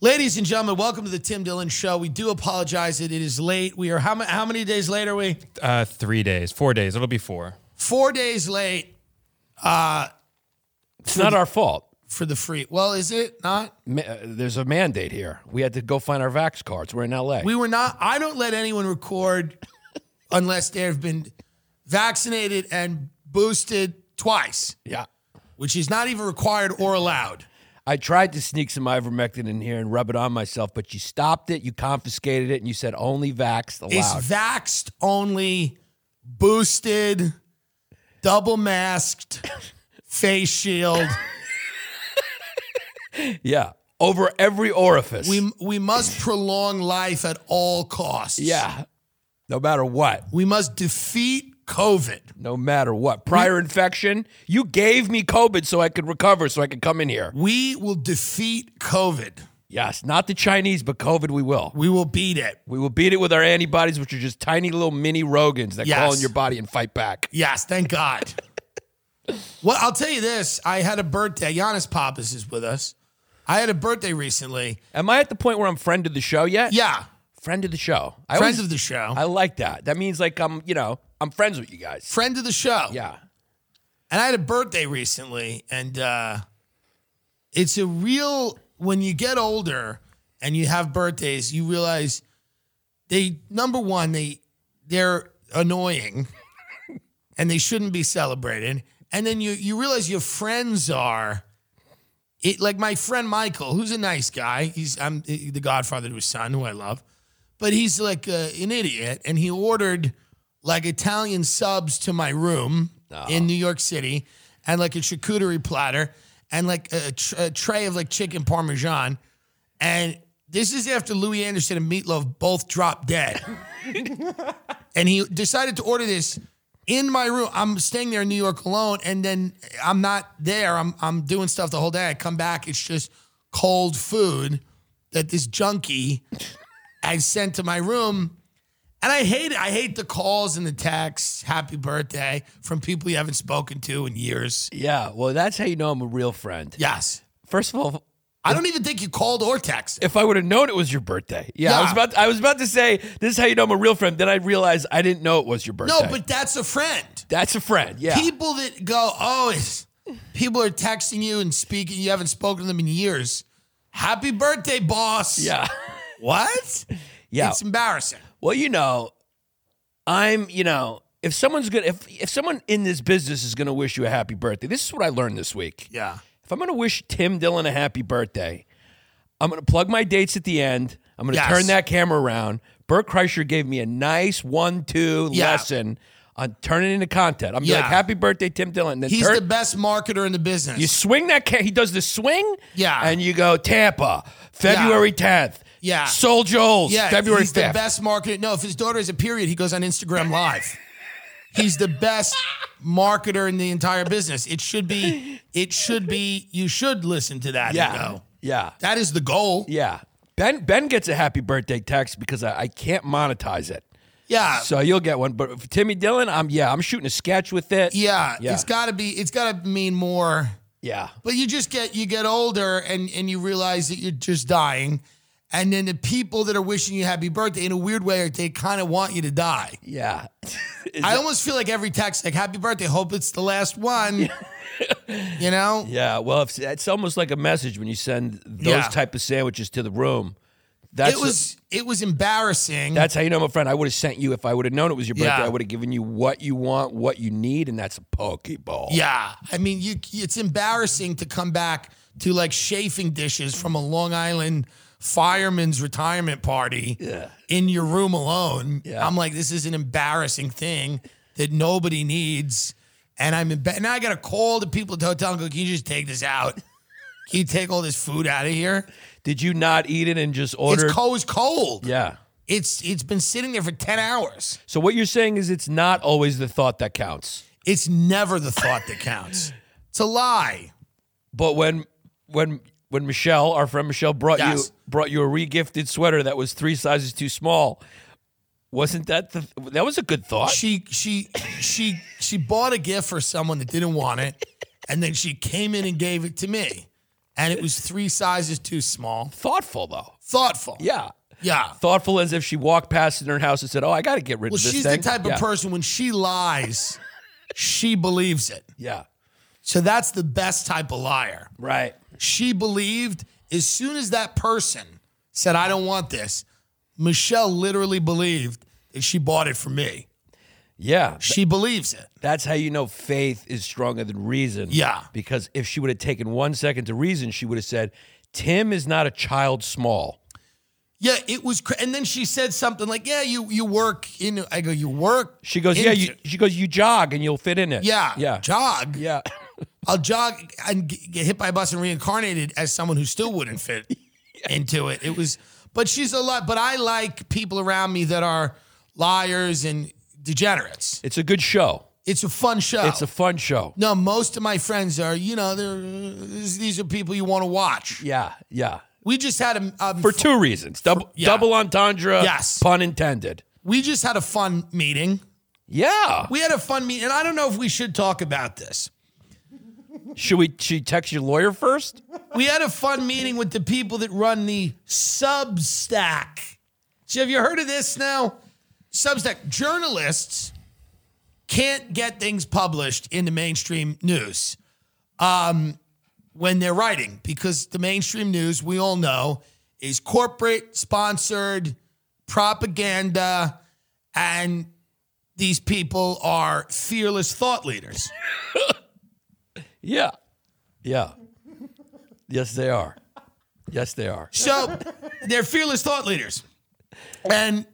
Ladies and gentlemen, welcome to the Tim Dillon Show. We do apologize that it is late. We are how, ma- how many days late are we? Uh, three days, four days. It'll be four. Four days late It's not our fault. for the free. Well, is it not? Ma- uh, There's a mandate here. We had to go find our vax cards. We're in LA. We were not. I don't let anyone record unless they have been vaccinated and boosted twice, yeah. which is not even required or allowed. I tried to sneak some ivermectin in here and rub it on myself, but you stopped it. You confiscated it, and you said only vaxxed It's allowed. vaxxed only, boosted, double masked, face shield. yeah, over every orifice. We, we must prolong life at all costs. yeah, no matter what, We must defeat COVID. no matter what. Prior infection. You gave me COVID so I could recover, so I could come in here. We will defeat COVID. Yes, not the Chinese, but COVID. We will. We will beat it. We will beat it with our antibodies, which are just tiny little mini Rogans that Yes. call in your body and fight back. Yes, thank God. well, I'll tell you this. I had a birthday. Giannis Pappas is with us. I had a birthday recently. Am I at the point where I'm friend of the show yet? Yeah. friend of the show. I Friends always- of the show. I like that. That means like I'm, you know, I'm friends with you guys. Friend of the show. Yeah. And I had a birthday recently, and uh, it's a real when you get older and you have birthdays, you realize they number one they they're annoying, and they shouldn't be celebrated. And then you you realize your friends are. It, like my friend Michael, who's a nice guy. He's I'm the godfather to his son, who I love, but he's like uh an idiot, and he ordered like Italian subs to my room in New York City, and like a charcuterie platter, and like a, tr- a tray of like chicken parmesan, and this is after Louis Anderson and Meatloaf both dropped dead, and he decided to order this. In my room, I'm staying there in New York alone, and then I'm not there. I'm I'm doing stuff the whole day. I come back, it's just cold food that this junkie I sent to my room. And I hate it. I hate the calls and the texts, happy birthday, from people you haven't spoken to in years. Yeah. Well, that's how you know I'm a real friend. Yes. First of all, I don't even think you called or texted. if I would have known it was your birthday. Yeah. I was Yeah. about to, I was about to say this is how you know I'm a real friend. Then I realized I didn't know it was your birthday. No, but that's a friend. that's a friend. Yeah. People that go, oh, it's, people are texting you and speaking, you haven't spoken to them in years. Happy birthday, boss. yeah. What? Yeah. It's embarrassing. Well, you know, I'm, you know, if someone's gonna if if someone in this business is gonna wish you a happy birthday, this is what I learned this week. Yeah. If I'm going to wish Tim Dillon a happy birthday, I'm going to plug my dates at the end. I'm going to Yes. turn that camera around. Bert Kreischer gave me a nice one-two Yeah. lesson on turning into content. I'm gonna be Yeah. like, "Happy birthday, Tim Dillon." Then He's turn- the best marketer in the business. you swing that. Ca- he does the swing. Yeah. and you go Tampa, February 10th. Yeah. Soul Joel's, Yeah, February he's the 5th. best marketer. No, if his daughter is a period, he goes on Instagram Live. he's the best marketer in the entire business. It should be. It should be. You should listen to that. Yeah, And go. yeah, That is the goal. yeah. Ben Ben gets a happy birthday text because I, I can't monetize it. Yeah. So you'll get one. But for Timmy Dillon, I'm yeah, I'm shooting a sketch with it. yeah. Yeah. It's got to be. It's got to mean more. yeah. But you just get you get older and and you realize that you're just dying. And then the people that are wishing you happy birthday in a weird way, they kind of want you to die. Yeah. I almost feel like every text, like "Happy birthday," hope it's the last one. you know? yeah. Well, if, it's almost like a message when you send those Yeah. type of sandwiches to the room. That's it was it was embarrassing. that's how you know my friend. I would have sent you if I would have known it was your birthday. Yeah. I would have given you what you want, what you need, and that's a pokeball. yeah, I mean, you it's embarrassing to come back to like chafing dishes from a Long Island fireman's retirement party in your room alone. I'm like, this is an embarrassing thing that nobody needs, and I'm in bed. Now I got to call the people at the hotel and go, "Can you just take this out? Can you take all this food out of here? Did you not eat it and just order? It's cold. It's cold. yeah. It's it's been sitting there for ten hours. So what you're saying is it's not always the thought that counts, It's never the thought that counts. It's a lie." but when when when Michelle, our friend Michelle, brought Yes. you brought you a regifted sweater that was three sizes too small, wasn't that the that was a good thought? she she she she bought a gift for someone that didn't want it, and then she came in and gave it to me. and it was three sizes too small. Thoughtful though. Thoughtful. Yeah. Yeah. Thoughtful as if she walked past in her house and said, "Oh, I got to get rid Well, of this she's thing." the type yeah. of person when she lies, she believes it. Yeah. So that's the best type of liar. Right. She believed as soon as that person said, I don't want this, Michelle literally believed that she bought it from me. Yeah. She believes it. That's how you know faith is stronger than reason. Yeah. Because if she would have taken one second to reason, she would have said, Tim is not a child small. Yeah, it was. Cra- and then she said something like, Yeah, you you work in. I go, You work? She goes, Yeah, into- you, she goes, You jog and you'll fit in it. Yeah. Yeah. Jog. yeah. I'll jog and g- get hit by a bus and reincarnated as someone who still wouldn't fit into it. It was, but she's a lot. But I like people around me that are liars and degenerates. It's a good show. It's a fun show. It's a fun show. no, most of my friends are, you know, they're these these are people you want to watch. Yeah. Yeah. We just had a um, For two reasons double, yeah. double entendre, Yes. pun intended. we just had a fun meeting. Yeah. We had a fun meeting, and I don't know if we should talk about this. Should we she text your lawyer first? we had a fun meeting with the people that run the Substack. So have you heard of this now? Substack journalists can't get things published in the mainstream news um, when they're writing because the mainstream news we all know is corporate sponsored propaganda and these people are fearless thought leaders. Yeah. Yeah. Yes, they are. Yes, they are. So they're fearless thought leaders, and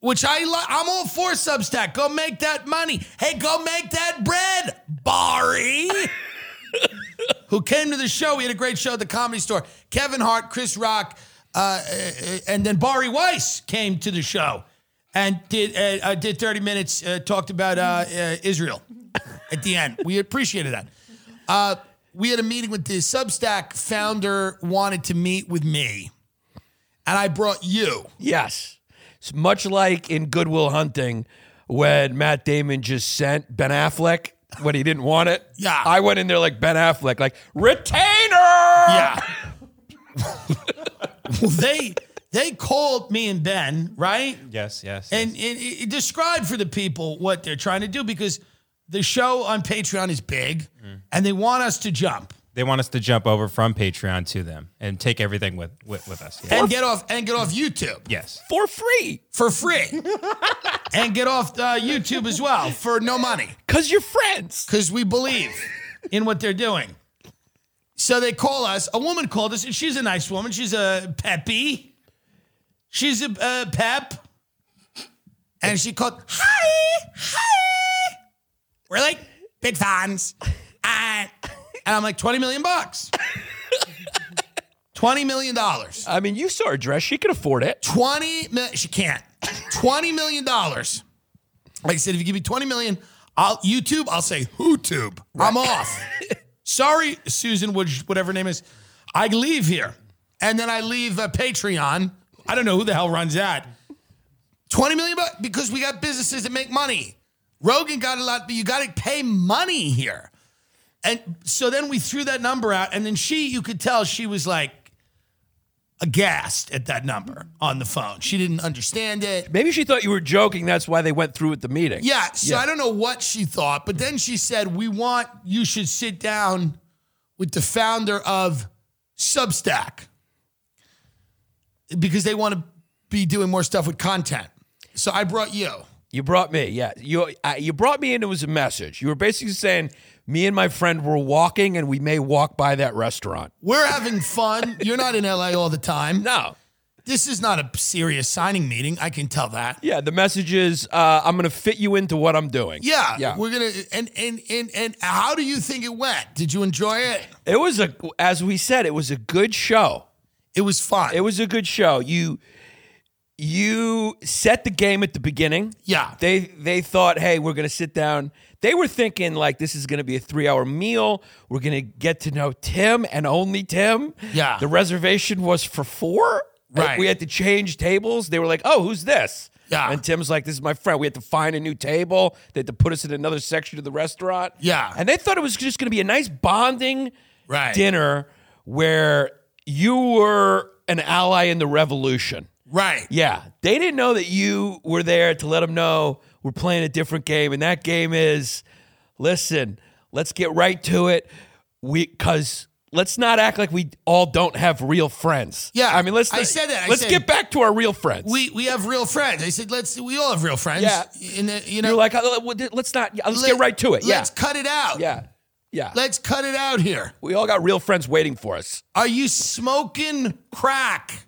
which I li- I'm all for Substack. Go make that money. Hey, go make that bread, Barry. Who came to the show? We had a great show at the Comedy Store. Kevin Hart, Chris Rock, uh, uh, and then Barry Weiss came to the show and did uh, uh, did 30 minutes. Uh, talked about uh, uh, Israel at the end. We appreciated that. Uh, we had a meeting with the Substack founder. Wanted to meet with me, and I brought you. Yes. It's much like in Goodwill Hunting when Matt Damon just sent Ben Affleck when he didn't want it. Yeah. I went in there like Ben Affleck, like, retainer! Yeah. well, they they called me and Ben, right? Yes, yes. And, and it, it describe for the people what they're trying to do because the show on Patreon is big, and they want us to jump they want us to jump over from Patreon to them and take everything with with, with us. Yeah. and get off and get off YouTube yes. For free. for free, and get off uh, YouTube as well for no money. Because you're friends. because we believe in what they're doing. So they call us. A woman called us, and she's a nice woman. She's a peppy. She's a uh, pep. And she called, hi, hi. We're like big fans. And, and I'm like, 20 million bucks. $20 million. dollars. I mean, you saw her dress. She could afford it. 20 million. She can't. $20 million. dollars. Like I said, if you give me 20 million, I'll YouTube, I'll say WhoTube. I'm off. Sorry, Susan, which, whatever her name is. I leave here. And then I leave uh, Patreon. I don't know who the hell runs that. 20 million bucks because we got businesses that make money. Rogan got a lot, but you got to pay money here. And so then we threw that number out, and then she, you could tell she was like aghast at that number on the phone. She didn't understand it. Maybe she thought you were joking. That's why they went through with the meeting. Yeah. So I don't know what she thought, but then she said, "We want you should sit down with the founder of Substack because they want to be doing more stuff with content." So I brought you. You brought me, yeah. You uh, you brought me in. It was a message. You were basically saying, me and my friend were walking, and we may walk by that restaurant. We're having fun. You're not in LA all the time. No, This is not a serious signing meeting. I can tell that. yeah. The message is, uh, I'm going to fit you into what I'm doing. Yeah, yeah. we're gonna and and and and how do you think it went? Did you enjoy it? It was a, as we said, it was a good show. It was fun. It was a good show. You you set the game at the beginning. Yeah. They they thought, hey, we're gonna sit down. They were thinking like this is gonna be a three hour meal. We're gonna get to know Tim and only Tim. Yeah. The reservation was for four. Right. We had to change tables. They were like, oh, who's this? Yeah. And Tim's like, this is my friend. We had to find a new table. They had to put us in another section of the restaurant. Yeah. And they thought it was just gonna be a nice bonding Right. dinner where you were an ally in the revolution. Right. Yeah, they didn't know that you were there to let them know we're playing a different game, and that game is, listen, let's get right to it. We, cause let's not act like we all don't have real friends. Yeah, I mean, let's. I said that. I let's said- get back to our real friends. We we have real friends. I said, let's. We all have real friends. Yeah. And, uh, you know, You're like, "Oh, let's not. Let's let- get right to it. Yeah, Let's cut it out. yeah, yeah. Let's cut it out here. we all got real friends waiting for us. Are you smoking crack?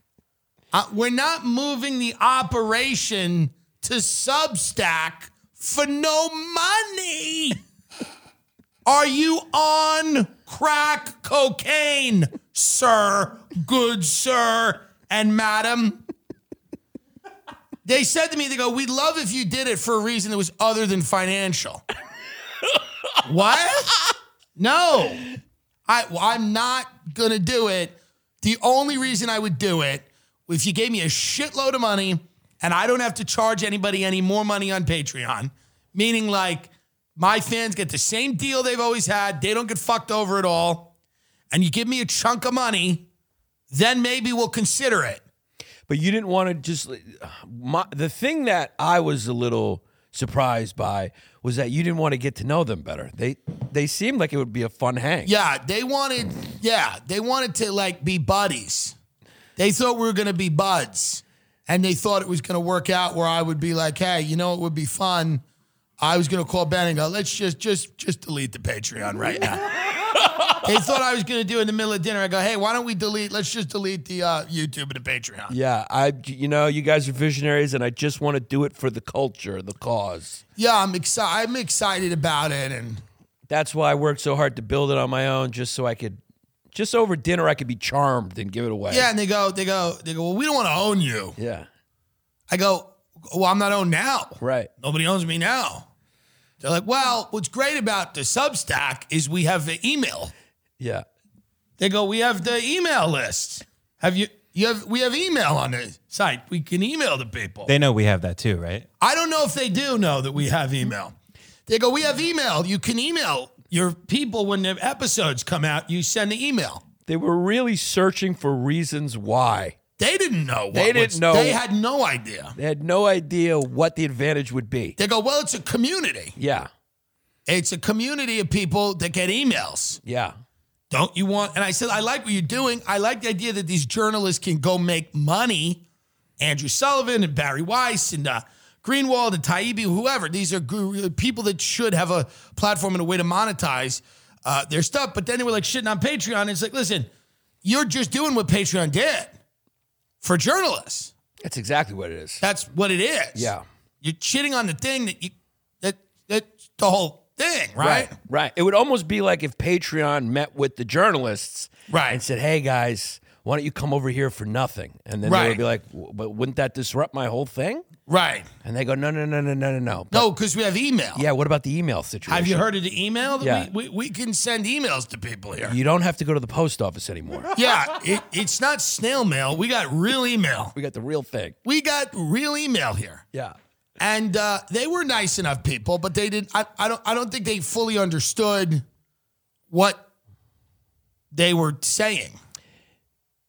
Uh, we're not moving the operation to Substack for no money. Are you on crack cocaine, sir, good sir, and madam? They said to me, they go, we'd love if you did it for a reason that was other than financial. what? No. I, well, I'm not going to do it. The only reason I would do it, if you gave me a shitload of money and I don't have to charge anybody any more money on Patreon, meaning like my fans get the same deal they've always had, they don't get fucked over at all, and you give me a chunk of money, then maybe we'll consider it. but you didn't want to just my, the thing that I was a little surprised by was that you didn't want to get to know them better. They they seemed like it would be a fun hang. Yeah, they wanted, yeah, they wanted to like be buddies. They thought we were going to be buds. And they thought it was going to work out where I would be like, hey, you know, it would be fun. I was going to call Ben and go, let's just, just, just delete the Patreon right now. they thought I was going to do it in the middle of dinner. I go, hey, why don't we delete, let's just delete the uh, YouTube and the Patreon. Yeah, I you know, you guys are visionaries and I just want to do it for the culture, the cause. Yeah, I'm excited. I'm excited about it. And That's why I worked so hard to build it on my own just so I could just over dinner I could be charmed and give it away. yeah, and they go, they go, they go, well, we don't want to own you. Yeah. I go, well, I'm not owned now. Right. Nobody owns me now. They're like, well, what's great about the Substack is we have the email. Yeah. They go, we have the email list. Have you? You have we have email on the site. We can email the people. They know we have that too, right? I don't know if they do know that we have email. They go, we have email. You can email your people when the episodes come out. You send the email. They were really searching for reasons why. They didn't know. What They didn't was- know. They had no idea. They had no idea what the advantage would be. They go, well, it's a community. Yeah. It's a community of people that get emails. Yeah. Don't you want? And I said, I like what you're doing. I like the idea that these journalists can go make money. Andrew Sullivan and Barry Weiss and uh, Greenwald and Taibbi, whoever. These are gr- people that should have a platform and a way to monetize uh, their stuff. But then they were like shitting on Patreon. And it's like, listen, you're just doing what Patreon did for journalists. That's exactly what it is. That's what it is. Yeah. You're shitting on the thing that you, that, that's the whole thing, right? Right. Right. It would almost be like if Patreon met with the journalists Right. and said, hey, guys, why don't you come over here for nothing? And then they Right. would be like, "W- but wouldn't that disrupt my whole thing? Right. And they go, no, no, no, no, no, no, no. But, No, because we have email. yeah, what about the email situation? Have you heard of the email? Yeah. That we, we, we can send emails to people here. You don't have to go to the post office anymore. yeah, it, it's not snail mail. We got real email. we got the real thing. We got real email here. Yeah. And uh, they were nice enough people, but they didn't. I, I don't. I don't think they fully understood what they were saying.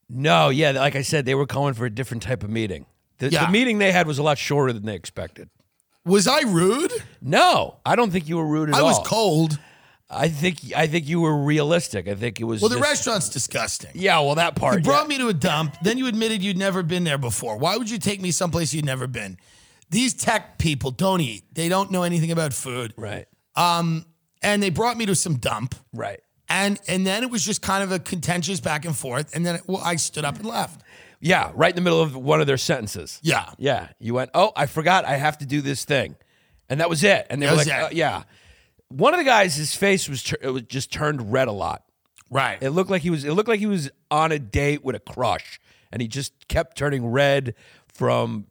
No, yeah, like I said, they were calling for a different type of meeting. The, Yeah. the meeting they had was a lot shorter than they expected. Was I rude? No, I don't think you were rude at I all. was cold. I think I think you were realistic. I think it was Well, the just- restaurant's disgusting. Yeah, well, that part. You yeah. brought me to a dump. Then you admitted you'd never been there before. Why would you take me someplace you'd never been? These tech people don't eat. They don't know anything about food. Right. and they brought me to some dump Right. and and then it was just kind of a contentious back and forth and then it, well, i stood up and left Yeah, right in the middle of one of their sentences. yeah Yeah. You went, oh, I forgot I have to do this thing. And that was it. And they That were was like, it. "Uh, yeah. One of the guys, his face was, tur- it was just turned red a lot. right It looked like he was, it looked like he was on a date with a crush. And he just kept turning red from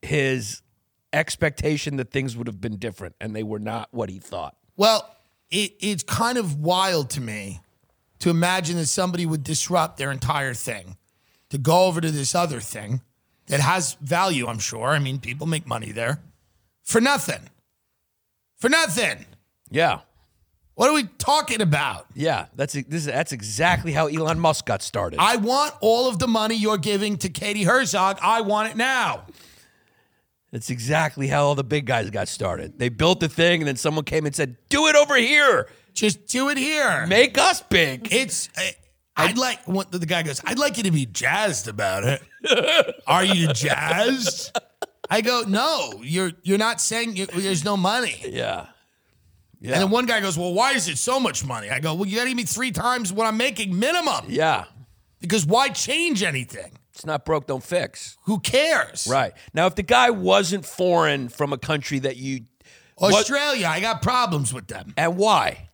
his expectation that things would have been different. And they were not what he thought. well it, it's kind of wild to me to imagine that somebody would disrupt their entire thing to go over to this other thing that has value i'm sure i mean people make money there for nothing for nothing Yeah. What are we talking about? Yeah, that's e, this is that's exactly how Elon Musk got started. I want all of the money you're giving to Katie Herzog. I want it now. That's exactly how all the big guys got started. They built the thing, and then someone came and said, "Do it over here, Just do it here. make us big." It's. I, I'd like what the guy goes. I'd like you to be jazzed about it. Are you jazzed? I go, no. You're you're not saying you, there's no money. Yeah, And then one guy goes, well, why is it so much money? I go, well, you got to give me three times what I'm making minimum. yeah. Because why change anything? It's not broke, don't fix. Who cares? Right now, if the guy wasn't foreign from a country that you, Oh, Australia, I got problems with them. and why?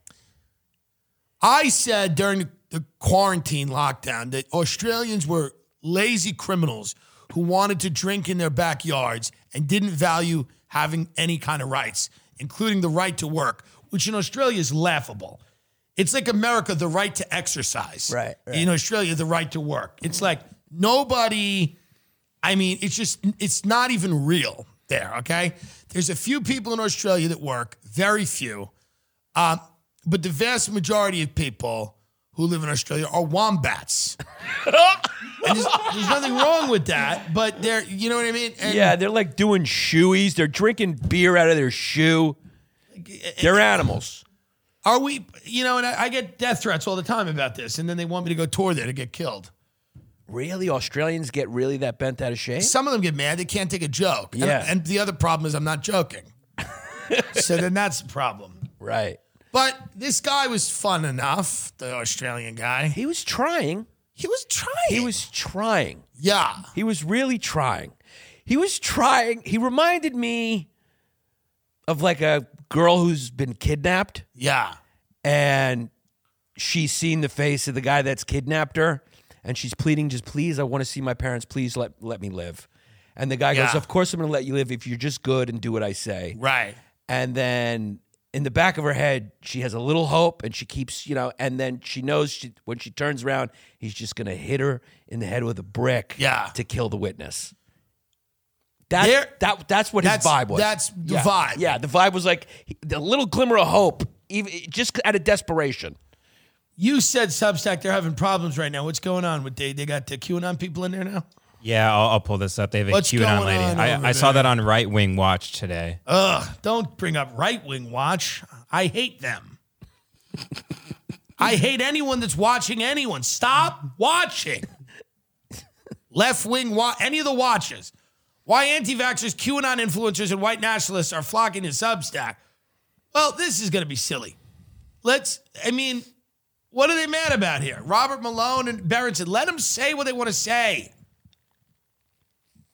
I said during the quarantine lockdown that Australians were lazy criminals who wanted to drink in their backyards and didn't value having any kind of rights, including the right to work, which in Australia is laughable. It's like America, the right to exercise. Right, right. In Australia, the right to work. It's like nobody, I mean, it's just, it's not even real there, okay? There's a few people in Australia that work, very few. Um, but the vast majority of people who live in Australia are wombats. and there's, there's nothing wrong with that, but they're, you know what I mean? And Yeah, they're like doing shoeies. They're drinking beer out of their shoe. They're animals. Are we, you know, and I, I get death threats all the time about this, and then they want me to go tour there to get killed. Really, Australians get really that bent out of shape. Some of them get mad. They can't take a joke. And- Yeah. And, the other problem is I'm not joking. so then that's a problem. Right. But this guy was fun enough, the Australian guy. He was trying. He was trying. He was trying. Yeah. He was really trying. He was trying. He reminded me of like a girl who's been kidnapped Yeah. and she's seen the face of the guy that's kidnapped her and she's pleading just please I want to see my parents please let let me live. And the guy goes Yeah. of course I'm going to let you live if you're just good and do what I say. Right. And then in the back of her head she has a little hope and she keeps you know and then she knows she, when she turns around he's just going to hit her in the head with a brick Yeah. to kill the witness. That, There- that that's what his That's- vibe was. that's the yeah. vibe. Yeah, the vibe was like he- the little glimmer of hope, even just out of desperation. You said Substack, they're having problems right now. What's going on with they? They got the QAnon people in there now. Yeah, I'll, I'll pull this up. They have a What's QAnon going lady. on over I, I saw there? Oh, that on Right Wing Watch today. Ugh! Don't bring up right wing watch. I hate them. I hate anyone that's watching anyone. Stop watching. Left wing watch. Any of the watches. Why anti-vaxxers, QAnon influencers, and white nationalists are flocking to Substack. Well, this is going to be silly. Let's. I mean, what are they mad about here? Robert Malone and Berenson. Let them say what they want to say.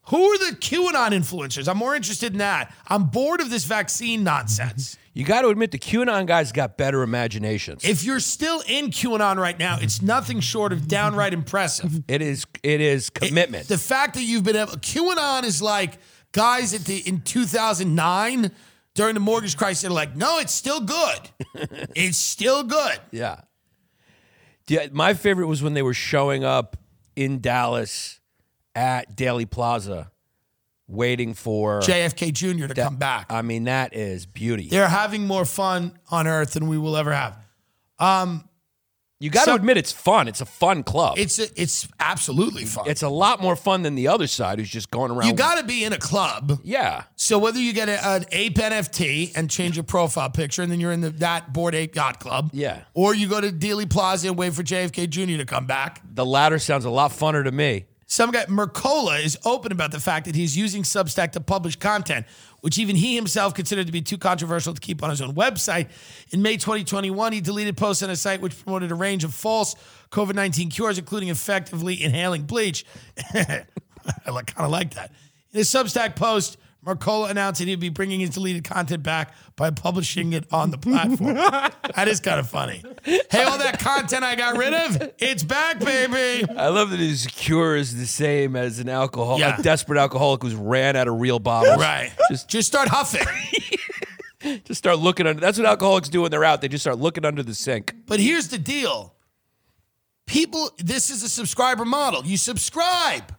Who are the QAnon influencers? I'm more interested in that. I'm bored of this vaccine nonsense. You got to admit the QAnon guys got better imaginations. if you're still in QAnon right now, it's nothing short of downright impressive. it is it is commitment. The fact that you've been able, QAnon is like guys at the in 2009 during the mortgage crisis. They're like, no, it's still good. it's still good. yeah. Yeah, my favorite was when they were showing up in Dallas at Daly Plaza waiting for JFK Jr. to come back. I mean that is beauty. they're having more fun on Earth than we will ever have. You got to So- admit it's fun. It's a fun club. It's, It's a, it's absolutely fun. a lot more fun than the other side who's just going around. you got to be in a club yeah. So whether you get a, an ape NFT and change your profile picture, and then you're in the, that board ape yacht club, Yeah. or you go to Dealey Plaza and wait for JFK Jr. to come back. The latter sounds a lot funner to me. Some guy Mercola is open about the fact that he's using Substack to publish content, which even he himself considered to be too controversial to keep on his own website. In May 2021, he deleted posts on his site which promoted a range of false COVID 19 cures, including effectively inhaling bleach. I like, kind of like that. In his Substack post, Mercola announced that he'd be bringing his deleted content back by publishing it on the platform. that is kind of funny. Hey, all that content I got rid of, it's back, baby. I love that his cure is the same as an alcohol, Yeah. a desperate alcoholic who's ran out of real bottles. Right. Just- Just, start huffing. Just start looking under. That's what alcoholics do when they're out. They just start looking under the sink. But here's the deal. People, this is a subscriber model. You subscribe.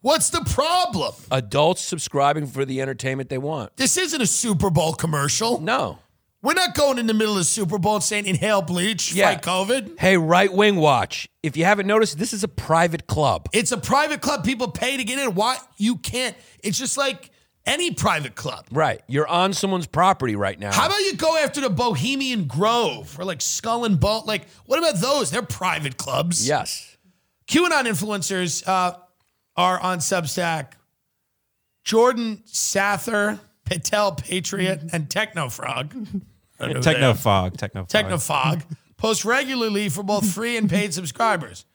What's the problem? Adults subscribing for the entertainment they want. This isn't a Super Bowl commercial. No. We're not going in the middle of the Super Bowl and saying inhale bleach, Yeah. fight COVID. Hey, Right Wing Watch, if you haven't noticed, this is a private club. It's a private club. People pay to get in. Why you can't? It's just like any private club. Right. You're on someone's property right now. How about you go after the Bohemian Grove or like Skull and Bone? Like, what about those? They're private clubs. yes. QAnon influencers uh, are on Substack. Jordan Sather, Patel Patriot, and Technofrog. I don't know who they are. Techno fog. Techno. Technofog posts regularly for both free and paid subscribers.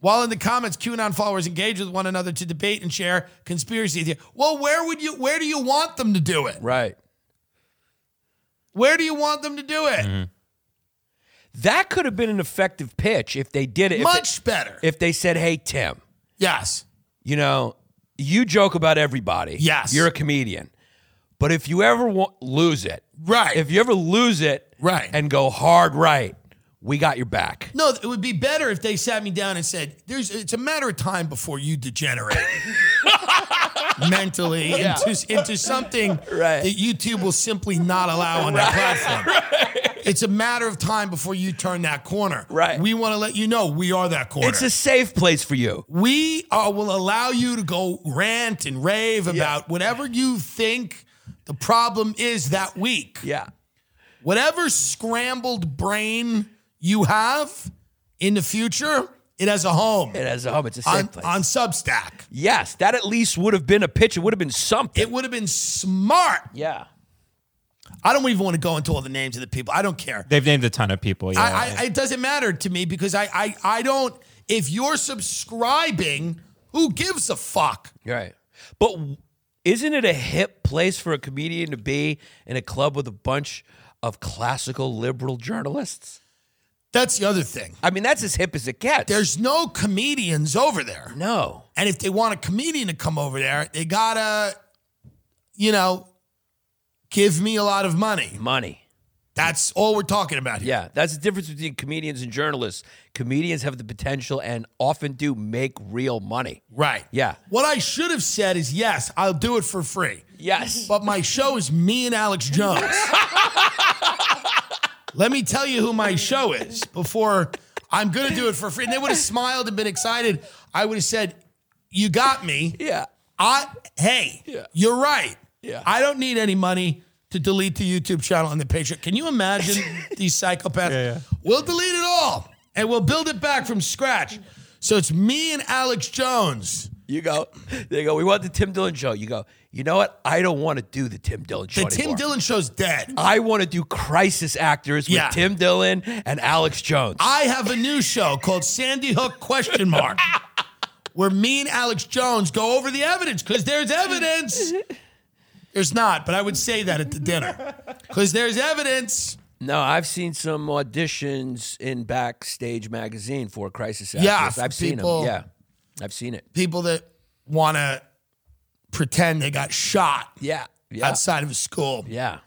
While in the comments, QAnon followers engage with one another to debate and share conspiracy theory. Well, where would you? Where do you want them to do it? Right. Where do you want them to do it? Mm-hmm. That could have been an effective pitch if they did it. If Much better. they, if they said, hey, Tim, yes. you know, you joke about everybody. Yes. You're a comedian. But if you ever wa- lose it, Right. if you ever lose it Right. and go hard right, we got your back. no, it would be better if they sat me down and said, "There's. It's a matter of time before you degenerate." mentally into, into something Right. that YouTube will simply not allow on their platform. It's a matter of time before you turn that corner. Right. We want to let you know we are that corner. It's a safe place for you. we are, will allow you to go rant and rave about whatever you think the problem is that week. Yeah. Whatever scrambled brain you have in the future, it has a home It has a home. It's a safe on, place. on Substack. yes. That at least would have been a pitch. It would have been something. It would have been smart. yeah. I don't even want to go into all the names of the people. I don't care. They've named a ton of people. Yeah. I, I, it doesn't matter to me because I, I, I don't. If you're subscribing, who gives a fuck? Right. But w- isn't it a hip place for a comedian to be in a club with a bunch of classical liberal journalists? That's the other thing. I mean, that's as hip as it gets. There's no comedians over there, no. and if they want a comedian to come over there, they gotta, you know, give me a lot of money. Money. That's all we're talking about here. Yeah, that's the difference between comedians and journalists. Comedians have the potential and often do make real money. Right. Yeah. What I should have said is yes, I'll do it for free. Yes. but my show is me and Alex Jones. Let me tell you who my show is before I'm going to do it for free. And they would have smiled and been excited. I would have said, You got me. Yeah. I, hey, Yeah. you're right. Yeah. I don't need any money to delete the YouTube channel and the Patreon. Can you imagine these psychopaths? Yeah, yeah. We'll delete it all and we'll build it back from scratch. So it's me and Alex Jones. You go, they go, we want the Tim Dillon show. You go, you know what? I don't want to do the Tim Dillon show. The Tim anymore. Dillon show's dead. I want to do crisis actors with Yeah. Tim Dillon and Alex Jones. I have a new show called Sandy Hook question mark where me and Alex Jones go over the evidence because there's evidence. There's not, but I would say that at the dinner because there's evidence. No, I've seen some auditions in Backstage magazine for Crisis Actors. Yeah, for I've seen people- them. Yeah, I've seen it. People that want to pretend they got shot Yeah, yeah, outside of a school. yeah.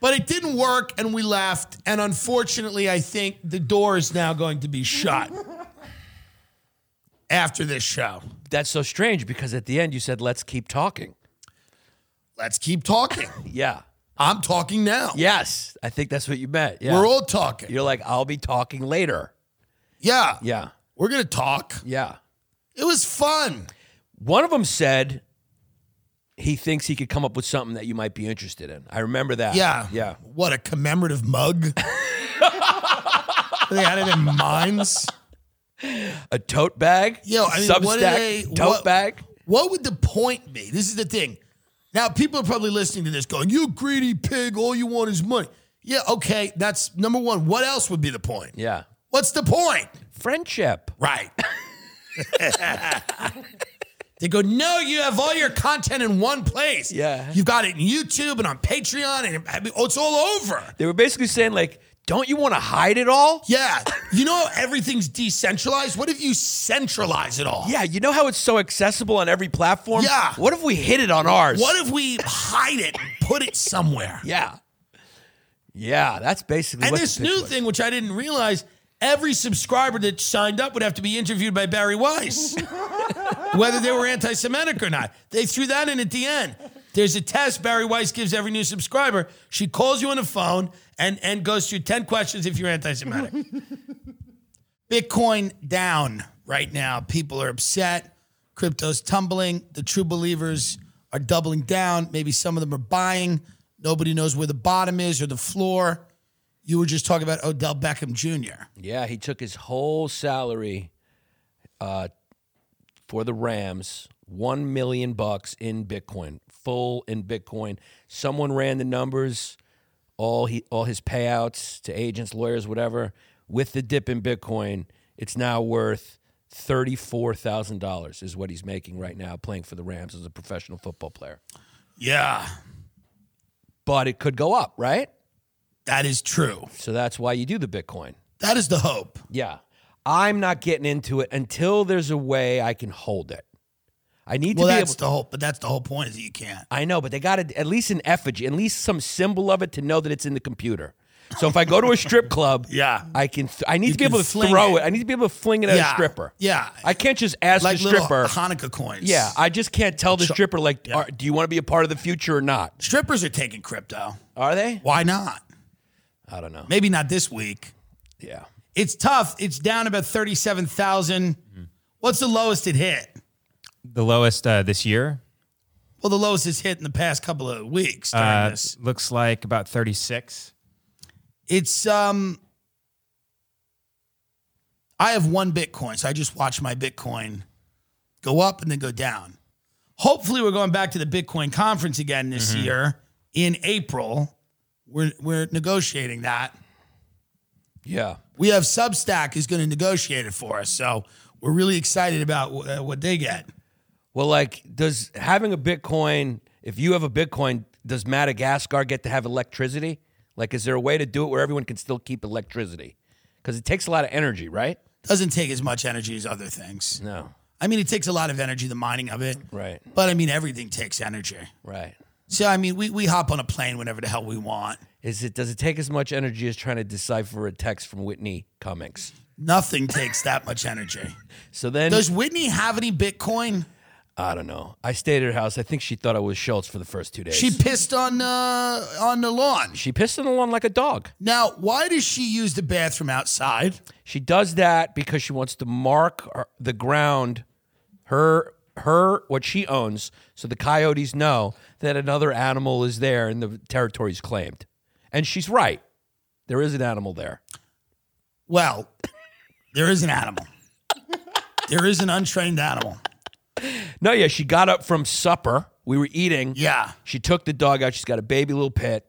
But it didn't work and we left. And unfortunately, I think the door is now going to be shut after this show. That's so strange because at the end you said, "Let's keep talking." Let's keep talking. Yeah. I'm talking now. Yes, I think that's what you meant. Yeah. We're all talking. You're like, I'll be talking later. Yeah. Yeah, We're going to talk. yeah. It was fun. One of them said he thinks he could come up with something that you might be interested in. I remember that. Yeah. yeah. What a commemorative mug. they had it in mines. A tote bag. Yo, I mean, Substack what did they- tote what- bag. What would the point be? This is the thing. Now, people are probably listening to this going, You greedy pig, all you want is money. Yeah, okay. That's number one. What else would be the point? Yeah, What's the point? friendship. Right. they go, no, you have all your content in one place. Yeah. You've got it in YouTube and on Patreon, and I mean, oh, it's all over. They were basically saying like, "Don't you want to hide it all?" Yeah. You know how everything's decentralized? What if you centralize it all? Yeah, you know how it's so accessible on every platform. Yeah. What if we hit it on ours? What if we hide it and put it somewhere? Yeah. Yeah, that's basically. And what the this pitch new was. thing, which I didn't realize, every subscriber that signed up would have to be interviewed by Barry Weiss, whether they were anti Semitic or not. They threw that in at the end. There's a test Barry Weiss gives every new subscriber. She calls you on the phone and, and goes through 10 questions if you're anti Semitic. Bitcoin down right now. People are upset. Crypto's tumbling. The true believers are doubling down. Maybe some of them are buying. Nobody knows where the bottom is or the floor. You were just talking about Odell Beckham Jr. Yeah, he took his whole salary uh, for the Rams, one million bucks in Bitcoin, full in Bitcoin. Someone ran the numbers, all he, all his payouts to agents, lawyers, whatever. With the dip in Bitcoin, it's now worth thirty-four thousand dollars. Is what he's making right now playing for the Rams as a professional football player. Yeah, But it could go up, right? that is true. So that's why you do the Bitcoin. That is the hope. Yeah. I'm not getting into it until there's a way I can hold it. I need Well, to be that's able the hope, but that's the whole point is that you can't. I know, but they got to at least an effigy, at least some symbol of it to know that it's in the computer. So if I go to a strip club, Yeah. I can th- I need to be can able to fling throw it. it. I need to be able to fling it at Yeah. a stripper. Yeah. I can't just ask Like the little stripper. Hanukkah coins. yeah, I just can't tell the stripper like "Are- do you want to be a part of the future or not? Strippers are taking crypto. Are they? Why not? I don't know. Maybe not this week. Yeah. It's tough. It's down about 37,000. Mm-hmm. What's the lowest it hit? The lowest uh, this year Well, the lowest it's hit in the past couple of weeks during uh, this. looks like about 36. It's um I have one Bitcoin, so I just watch my Bitcoin go up and then go down. Hopefully we're going back to the Bitcoin conference again this year in April. We're we're negotiating that. Yeah. We have Substack is going to negotiate it for us. So we're really excited about wh- uh, what they get. Well, like, does having a Bitcoin, if you have a Bitcoin, does Madagascar get to have electricity? Like, is there a way to do it where everyone can still keep electricity? Because it takes a lot of energy, right? Doesn't take as much energy as other things. No. I mean, it takes a lot of energy, the mining of it. Right. But I mean, everything takes energy. Right. So, I mean, we, we hop on a plane whenever the hell we want. Is it does it take as much energy as trying to decipher a text from Whitney Cummings? Nothing takes that much energy. So then Does Whitney have any Bitcoin? I don't know. I stayed at her house. I think she thought I was Schultz for the first two days. She pissed on uh, on the lawn. she pissed on the lawn like a dog. Now, why does she use the bathroom outside? She does that because she wants to mark her- the ground, her her what she owns, so the coyotes know that another animal is there and the territory is claimed. And she's right. There is an animal there. Well, there is an animal. There is an untrained animal. No, yeah, she got up from supper. We were eating. Yeah. She took the dog out. She's got a baby little pit.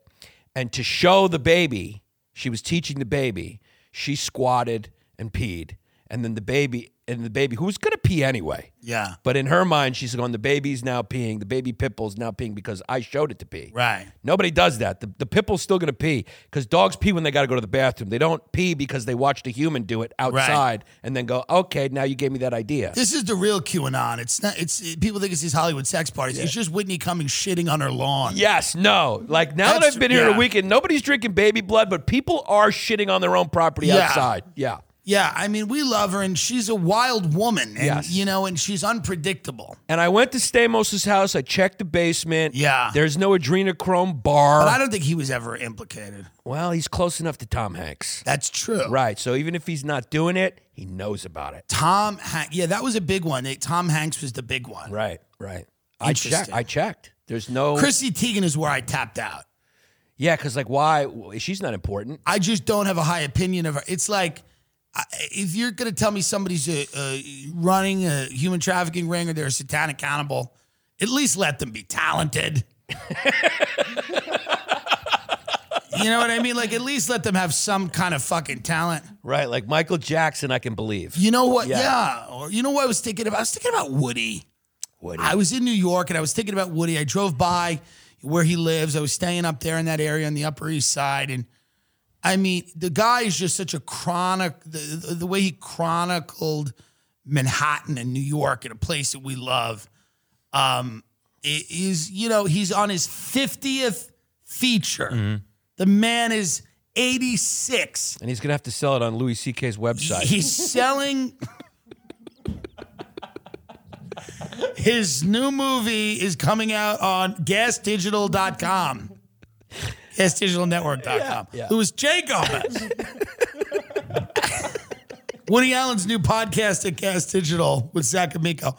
And to show the baby, she was teaching the baby, she squatted and peed. And then the baby, and the baby, who was going to pee anyway? Yeah. But in her mind, she's going, the baby's now peeing. The baby pit bull's now peeing because I showed it to pee. Right. Nobody does that. The, the pit bull's still going to pee because dogs pee when they got to go to the bathroom. They don't pee because they watched a human do it outside and then go, okay, now you gave me that idea. This is the real QAnon. It's not. It's it- people think it's these Hollywood sex parties. It's just Whitney Cummings shitting on her lawn. Yes, no. Like now that That's- I've been here yeah. a weekend, nobody's drinking baby blood, but people are shitting on their own property Yeah. outside. Yeah. Yeah, I mean, we love her, and she's a wild woman. And, Yes. you know, and she's unpredictable. And I went to Stamos's house. I checked the basement. Yeah. There's no adrenochrome bar. But I don't think he was ever implicated. well, he's close enough to Tom Hanks. That's true. Right. So even if he's not doing it, he knows about it. Tom Hanks. Yeah, that was a big one. They- Tom Hanks was the big one. Right. Right. I checked. Interesting. I checked. There's no. Chrissy Teigen is where I tapped out. yeah, because like why? well, She's not important. I just don't have a high opinion of her. It's like I- if you're going to tell me somebody's uh uh running a human trafficking ring or they're a satanic cannibal, at least let them be talented. you know what I mean? Like at least let them have some kind of fucking talent. Right. Like Michael Jackson, I can believe. You know what? Yeah. Yeah. Or you know what I was thinking about? I was thinking about Woody. Woody. I was in New York and I was thinking about Woody. I drove by where he lives. I was staying up there in that area on the Upper East Side. And I mean, the guy is just such a chronic, the, the, the way he chronicled Manhattan and New York and a place that we love. Um, it is, you know, he's on his 50th feature. The man is 86. and he's gonna have to sell it on Louis C.K.'s website. He's selling. His new movie is coming out on gasdigital.com. GasDigitalNetwork.com. Louis J. Gomez. Woody Allen's new podcast at Gas Digital with Zach Amico.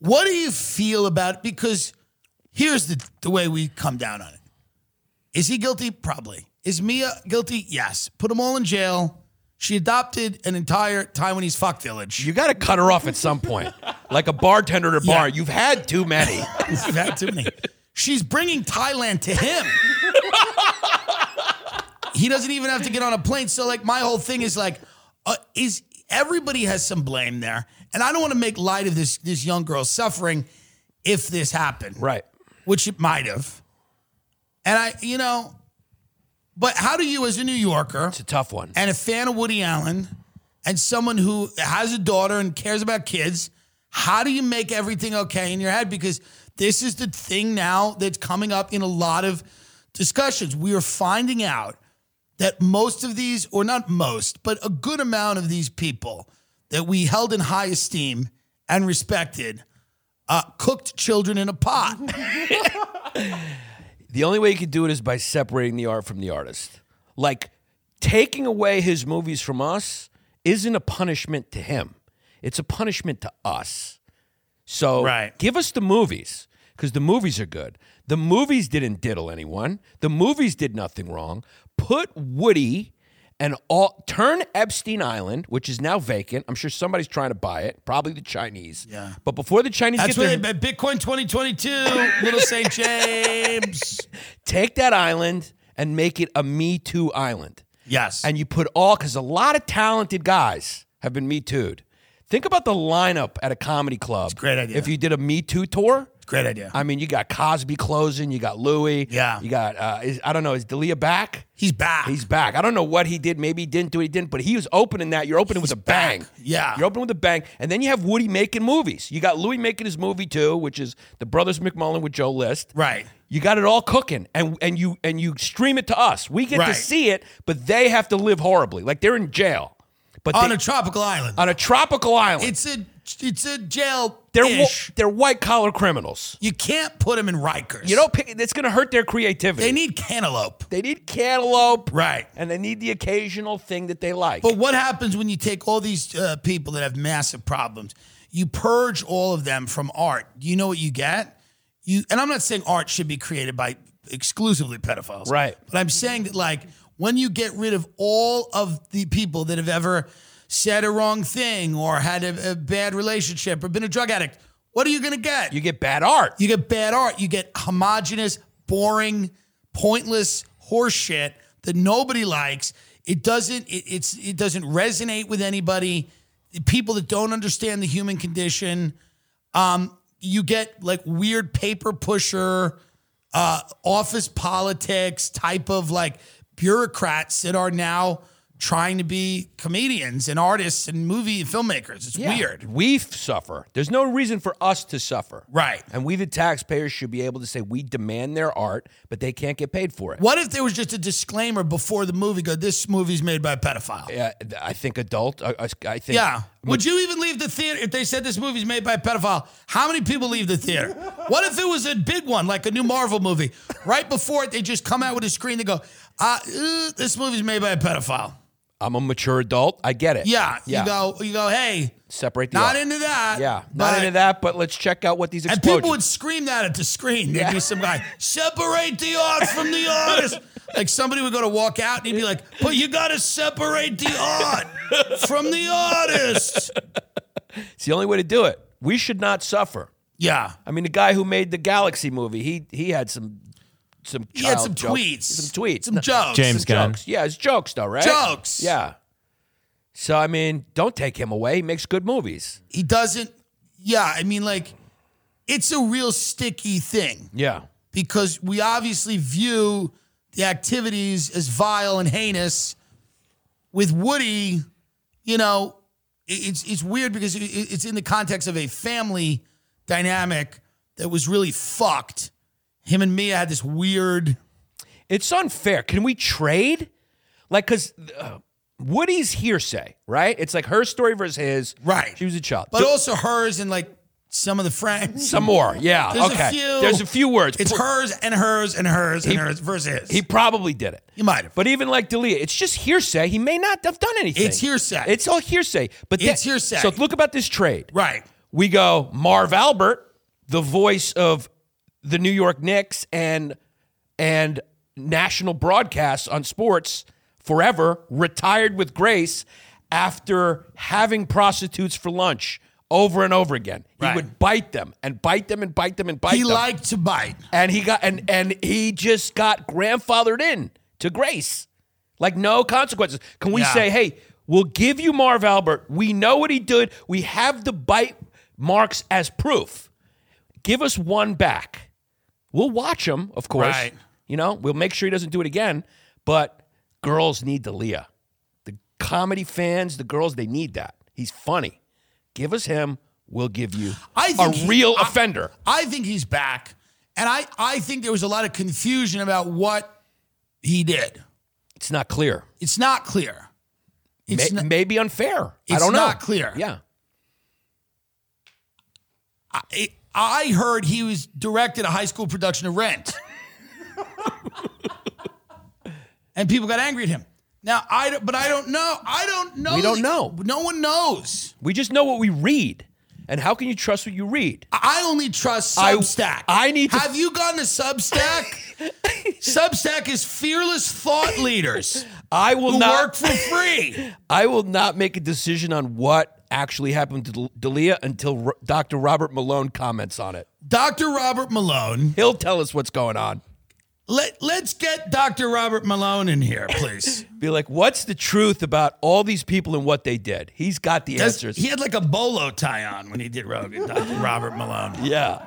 What do you feel about because here's the, the way we come down on it. Is he guilty? Probably. Is Mia guilty? Yes. Put them all in jail. She adopted an entire Taiwanese fuck village. You got to cut her off at some point. Like a bartender at a bar. Yeah. You've had too many. You've had too many. She's bringing Thailand to him. he doesn't even have to get on a plane. So, like, my whole thing is like, uh, is everybody has some blame there, and I don't want to make light of this this young girl's suffering if this happened, right. Which it might have. And I, you know, but how do you, as a New Yorker, It's a tough one. and a fan of Woody Allen and someone who has a daughter and cares about kids, how do you make everything okay in your head? Because this is the thing now that's coming up in a lot of discussions. We are finding out that most of these, or not most, but a good amount of these people that we held in high esteem and respected uh, cooked children in a pot. The only way you could do it is by separating the art from the artist. Like taking away his movies from us isn't a punishment to him. It's a punishment to us. So Right. give us the movies because the movies are good. The movies didn't diddle anyone. The movies did nothing wrong. Put Woody and all turn Epstein Island, which is now vacant. I'm sure somebody's trying to buy it, probably the Chinese. Yeah. But before the Chinese That's get their what they, Bitcoin 2022, Little St. James. take that island and make it a Me Too island. Yes. And you put all, because a lot of talented guys have been Me Too'd. Think about the lineup at a comedy club. It's a great idea. If you did a Me Too tour, Great idea. I mean, you got Cosby closing, you got Louis, Yeah. you got, uh, is, I don't know, is Dalia back? He's back. He's back. I don't know what he did. Maybe he didn't do it. He didn't, but he was opening that. You're opening with a bang. Yeah. You're opening with a bang. And then you have Woody making movies. You got Louis making his movie too, which is The Brothers McMullen with Joe List. Right. You got it all cooking, and and you and you stream it to us. We get to Right. see it, but they have to live horribly. Like they're in jail, but on they- a tropical island. on a tropical island. it's a it's a jail. they're wa- ish. they're white collar criminals. you can't put them in Rikers. You know, pick, it's going to hurt their creativity. they need cantaloupe, they need cantaloupe, right? and they need the occasional thing that they like. But what happens when you take all these uh, people that have massive problems? You purge all of them from art. You know what you get? You and I'm not saying art should be created by exclusively pedophiles, Right. But I'm saying that like when you get rid of all of the people that have ever said a wrong thing or had a, a bad relationship or been a drug addict, what are you going to get? you get bad art. You get bad art. You get homogenous, boring, pointless horseshit that nobody likes. It doesn't. It, it's it doesn't resonate with anybody. People that don't understand the human condition. Um, you get like weird paper pusher, uh, office politics type of like bureaucrats that are now trying to be comedians and artists and movie filmmakers. It's Yeah. weird. We f- suffer. There's no reason for us to suffer. Right. And we, the taxpayers, should be able to say we demand their art, but they can't get paid for it. What if there was just a disclaimer before the movie? Go, this movie's made by a pedophile. Yeah. Yeah, Uh, th- I think adult. I, I- I think. Would you even leave the theater if they said this movie's made by a pedophile? How many people leave the theater? What if it was a big one, like a new Marvel movie? Right before it, they just come out with a screen. They go, uh, uh, "This movie's made by a pedophile." I'm a mature adult. I get it. Yeah. Yeah. You go. You go. Hey, Separate the not art. into that. Yeah, but- not into that. But let's check out what these And explosions. people would scream that at the screen. There'd be some guy, separate the art from the artist. Like somebody would go to walk out and he'd be like, but you gotta separate the art from the artist. it's the only way to do it. We should not suffer. Yeah. I mean, the guy who made the Galaxy movie, he he had some some He had child some jokes. tweets. some tweets, Some No, jokes. James Gunn. jokes. Yeah, it's jokes though, right? Jokes. Yeah. So I mean, don't take him away. He makes good movies. He doesn't, yeah, I mean, like, it's a real sticky thing Yeah. because we obviously view the activities as vile and heinous. With Woody, you know, it- it's it's weird because it- it- it's in the context of a family dynamic that was really fucked. Him and Mia had this weird. It's unfair. Can we trade? Like, because uh, Woody's hearsay, right? It's like her story versus his. Right. She was a child. But Do- also hers and like some of the friends. Some more. Yeah. There's a okay. few- There's a few words. It's hers and hers and hers and hers versus his. He probably did it. you might have. But even like D'Elia, it's just hearsay. He may not have done anything. It's hearsay. It's all hearsay. But that- It's hearsay. So look about this trade. right. We go Marv Albert, the voice of the New York Knicks and and national broadcasts on sports forever, retired with grace after having prostitutes for lunch over and over again. Right. He would bite them and bite them and bite them and bite He them liked to bite. and he got and and he just got grandfathered in to grace like no consequences can we Yeah. say hey we'll give you marv albert we know what he did we have the bite marks as proof give us one back we'll watch him of course Right. you know we'll make sure he doesn't do it again but girls need D'Elia. the comedy fans the girls they need that he's funny give us him we'll give you I a think he- real I- offender I think he's back. And I, I think there was a lot of confusion about what he did. it's not clear It's not clear. It's may, not, may be unfair. I It's don't know. not clear. Yeah. I, I heard he was directed a high school production of Rent. and people got angry at him. Now I don't- but I don't know. I don't know. We don't the- know. No one knows. We just know what we read. And how can you trust what you read? I only trust I- Substack. I need to- Have you gone to Substack? Substack is fearless thought leaders I will who not work for free. I will not make a decision on what actually happened to Delia until R- Dr. Robert Malone comments on it. Dr. Robert Malone. He'll tell us what's going on. Let Let's get Dr. Robert Malone in here, please. Be like, what's the truth about all these people and what they did? He's got the That's- answers. he had like a bolo tie on when he did Rogan, Dr. Robert Malone. yeah.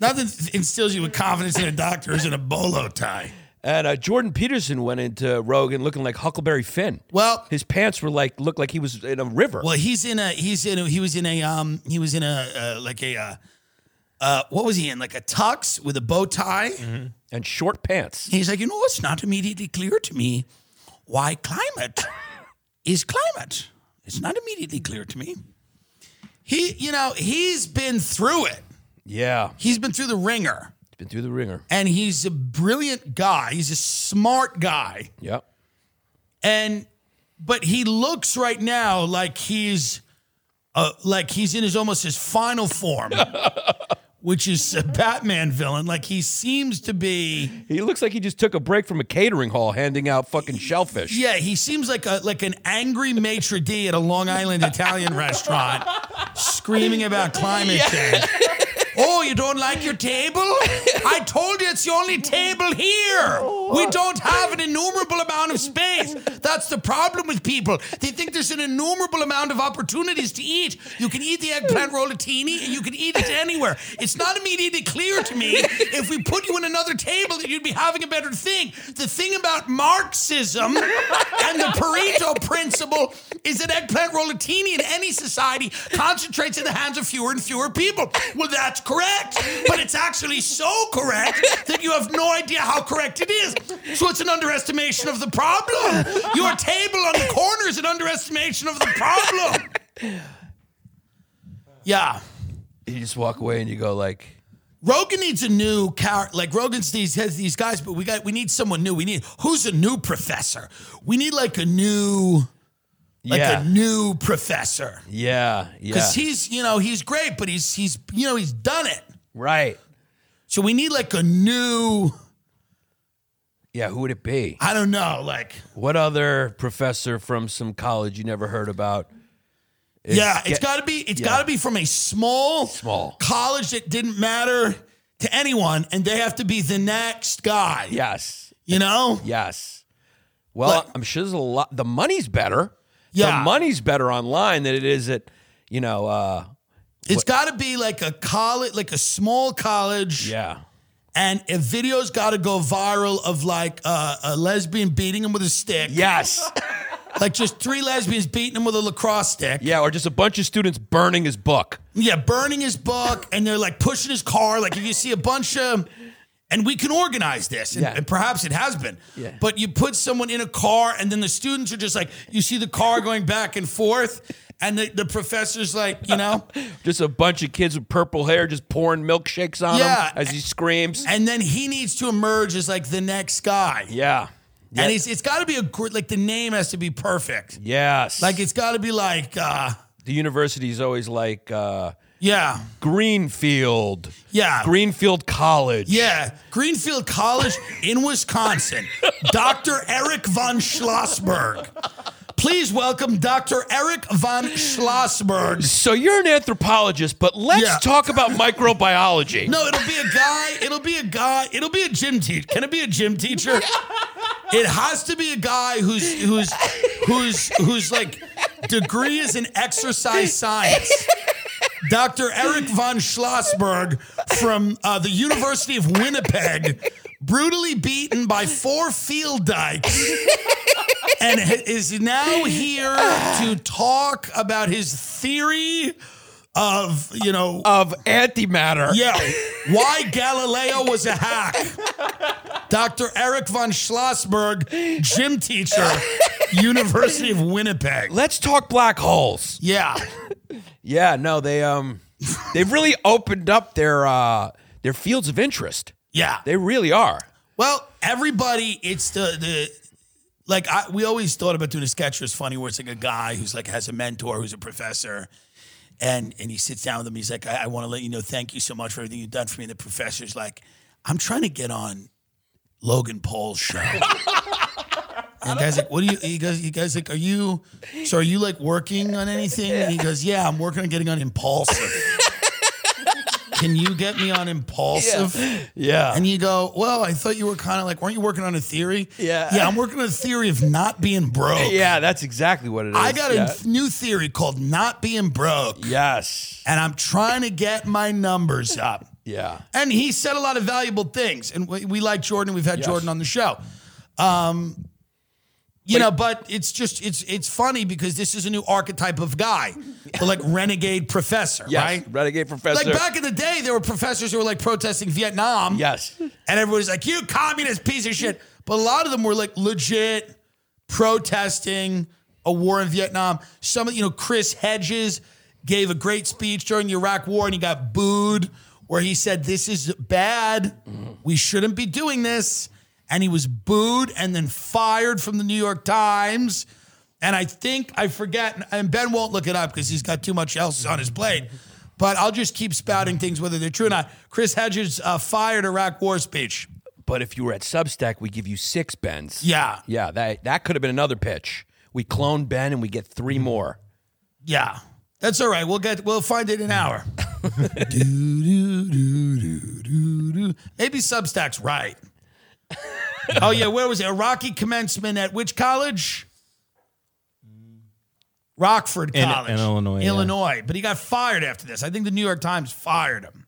Nothing instills you with confidence in a doctor is in a bolo tie. And uh, Jordan Peterson went into Rogan looking like Huckleberry Finn. Well- his pants were like looked like he was in a river. Well, he's in a he's in a, he was in a um he was in a uh, like a uh, uh what was he in like a tux with a bow tie. And short pants. He's like, you know, it's not immediately clear to me why climate is climate. It's not immediately clear to me. He, you know, he's been through it. Yeah. He's been through the ringer, Been through the ringer. and he's a brilliant guy. He's a smart guy. Yep. and but he looks right now like he's uh, like he's in his almost his final form which is a batman villain like he seems to be He looks like he just took a break from a catering hall handing out fucking shellfish. yeah he seems like a like an angry maitre d at a long island italian restaurant screaming about climate change Oh, you don't like your table? I told you it's the only table here. We don't have an innumerable amount of space. That's the problem with people. They think there's an innumerable amount of opportunities to eat. You can eat the eggplant rollatini and you can eat it anywhere. It's not immediately clear to me if we put you in another table that you'd be having a better thing. The thing about Marxism and the Pareto principle is that eggplant rollatini in any society concentrates in the hands of fewer and fewer people. Well, that's correct, but it's actually so correct that you have no idea how correct it is. So it's an underestimation of the problem. Your table on the corner is an underestimation of the problem. Yeah. You just walk away and you go like, Rogan needs a new character. Like Rogan's these has these guys, but we got we need someone new. We need who's a new professor. We need like a new like yeah, a new professor yeah, yeah, because he's you know he's great, but he's he's you know he's done it. right. So we need like a new Yeah, who would it be? I don't know like What other professor from some college you never heard about? is yeah it's get- got to be it's yeah. got to be from a small Small. college that didn't matter to anyone, and they have to be the next guy. yes, you know yes. Well, Like- I'm sure there's a lot. The money's better. Yeah. the money's better online than it is at you know. uh it's got to be like a college like a small college. Yeah, and a video's got to go viral of like uh, a lesbian beating him with a stick, yes, like just three lesbians beating him with a lacrosse stick. yeah, or just a bunch of students burning his book. Yeah, burning his book, and they're like pushing his car. Like if you see a bunch of, and we can organize this, and, Yeah. and perhaps it has been. Yeah. But you put someone in a car, and then the students are just like, you see the car going back and forth, And the, the professor's like, you know, Just a bunch of kids with purple hair just pouring milkshakes on Yeah. him as he screams. and then he needs to emerge as like the next guy. yeah. And he's, it's got to be a gr- like the name has to be perfect. Yes. Like it's got to be like, uh, the university is always like uh, yeah, Greenfield. yeah, Greenfield College. yeah. Greenfield College in Wisconsin. Dr. Eric von Schlossberg. Please welcome Dr. Eric von Schlossberg. So you're an anthropologist, but let's Yeah. talk about microbiology. No, it'll be a guy. It'll be a guy. It'll be a gym teacher. Can it be a gym teacher? It has to be a guy who's who's who's who's like degree is in exercise science. Dr. Eric von Schlossberg from uh, the University of Winnipeg, brutally beaten by four field dykes, and h- is now here to talk about his theory of you know Of antimatter. yeah. Why Galileo was a hack. Dr. Eric von Schlossberg, gym teacher, University of Winnipeg. Let's talk black holes. Yeah. Yeah, no, they um they've really opened up their uh their fields of interest. Yeah. They really are. Well, everybody, it's the the like I, we always thought about doing a sketch that's funny where it's like a guy who's like has a mentor who's a professor and and he sits down with him, he's like, I, I want to let you know, thank you so much for everything you've done for me. And the professor's like, I'm trying to get on Logan Paul's show. And the guy's like, what do you? He goes, he goes like, are you? So are you like working on anything? And he goes, yeah, I'm working on getting on Impulsive. Can you get me on Impulsive? Yeah. And you go, well, I thought you were kind of like, weren't you working on a theory? Yeah. Yeah, I'm working on a theory of not being broke. yeah, that's exactly what it is. I got yeah. a new theory called not being broke, Yes. and I'm trying to get my numbers up. Yeah. And he said a lot of valuable things, and we, we like Jordan. We've had Jordan on the show. Um, you know, but it's just it's it's funny because this is a new archetype of guy, the like renegade professor, Yes. right? Renegade Like professor. back in the day, there were professors who were like protesting Vietnam. yes. And everybody's like, you communist piece of shit. But a lot of them were like legit protesting a war in Vietnam. Some of, you know, Chris Hedges gave a great speech during the Iraq war and he got booed, where he said, this is bad. We shouldn't be doing this. And he was booed and then fired from the New York Times. And I think I forget, and Ben won't look it up because he's got too much else on his plate. But I'll just keep spouting things whether they're true or not. Chris Hedges uh, fired Iraq war speech. But if you were at Substack, we give you six bends. Yeah, Yeah, that that could have been another pitch. We clone Ben and we get Mm-hmm. three more. yeah, that's all right. We'll get we'll find it in an Mm. hour. Doo-doo-doo-doo-doo-doo. Maybe Substack's right. oh yeah, where was it? Iraqi commencement at which college? Rockford In- College, in Illinois, yeah. Illinois. But he got fired after this. I think the New York Times fired him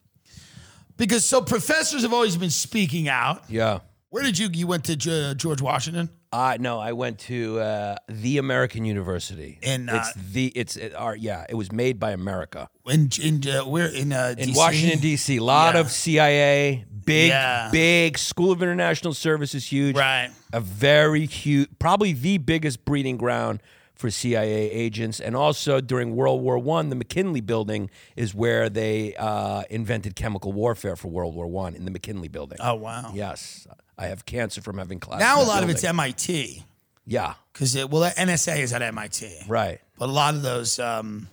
because so professors have always been speaking out. Yeah. Where did you you went to Ge- George Washington? Uh, no, I went to uh, the American University. In, uh, it's the it's it, our, yeah, it was made by America In in uh, where in uh, in DC? Washington D.C. A lot Yeah. of CIA, big Yeah. big School of International Services, huge, Right. a very huge, probably the biggest breeding ground for CIA agents. And also during World War One, the McKinley Building is where they uh, invented chemical warfare for World War One in the McKinley Building. Oh wow. Yes, I have cancer from having class. Now in a that lot of it's building. MIT yeah, because well that NSA is at MIT, right. but a lot of those um,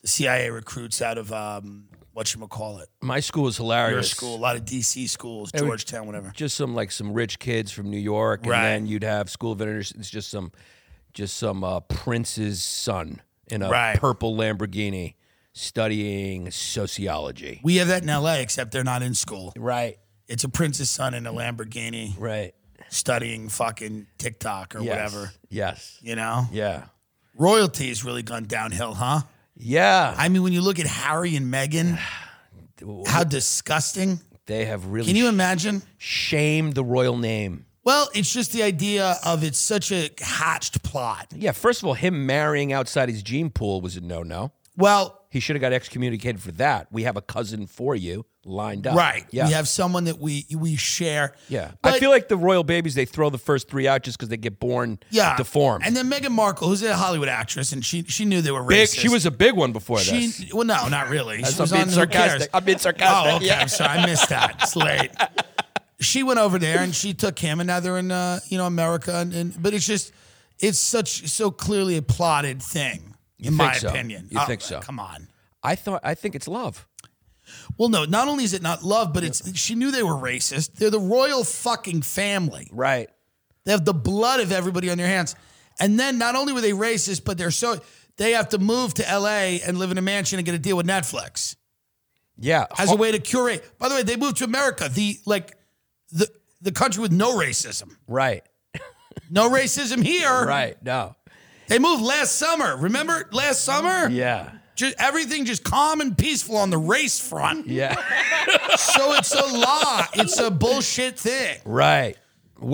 the CIA recruits out of um, what you call it, My school is hilarious. your school, a lot of DC schools, Georgetown, whatever. just some like some rich kids from New York, and Right. then you'd have school of Inter- It's just some, just some uh, prince's son in a Right. purple Lamborghini studying sociology. We have that in LA, except they're not in school. Right, It's a prince's son in a Lamborghini right. studying fucking TikTok or Yes. whatever. Yes. You know, Yeah. royalty has really gone downhill, huh? Yeah. I mean, when you look at Harry and Meghan, how disgusting. they have really Can you imagine? shamed the royal name. Well, it's just the idea of it's such a hatched plot. Yeah. First of all, him marrying outside his gene pool was a no no. Well, He should have got excommunicated for that. We have a cousin for you lined up. right. Yeah. We have someone that we we share. yeah. I But- feel like the royal babies, they throw the first three out just because they get born yeah. deformed. And then Meghan Markle, who's a Hollywood actress, and she she knew they were big, racist. she was a big one before She this. well, no, not really. She I'm was being on Who sarcastic. Cares. I'm being sarcastic, Oh, okay. yeah. I'm sorry. I missed that. It's late. She went over there and she took him, and now they're in uh, you know America. And, and but it's just it's such so clearly a plotted thing, in my think so? opinion. Oh, You think so? Come on. I thought I think it's love. Well, no. Not only is it not love, but it's she knew they were racist. They're the royal fucking family. Right. They have the blood of everybody on their hands. And then not only were they racist, but they're so they have to move to L.A. and live in a mansion and get a deal with Netflix. Yeah. as a way to curate. By the way, they moved to America, the like the the country with no racism. right. No racism here. Right. No. They moved last summer. Remember last summer? Yeah. Just everything just calm and peaceful on the race front. Yeah. So it's a law. It's a bullshit thing. right.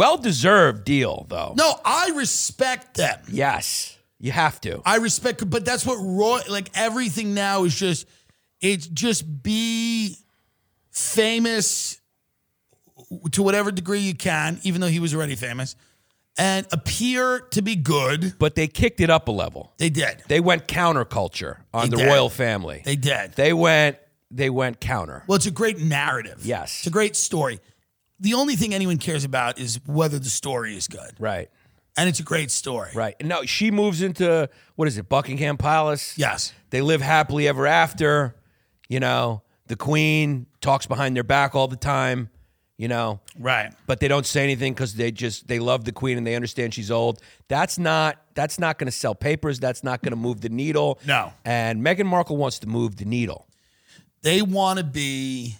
Well deserved deal though. No, I respect them. Yes. You have to. I respect, but that's what Roy. Like everything now is just, it's just be famous to whatever degree you can, even though he was already famous, and appear to be good. but they kicked it up a level. They did. They went counterculture on They the did. royal family. They did. They went they went counter. well, it's a great narrative. Yes. it's a great story. The only thing anyone cares about is whether the story is good, Right. and it's a great story. Right. No, she moves into what is it, Buckingham Palace? Yes. They live happily ever after. You know, the Queen talks behind their back all the time, you know. Right. But they don't say anything because they just they love the Queen and they understand she's old. That's not that's not gonna sell papers. That's not gonna move the needle. No. And Meghan Markle wants to move the needle. They want to be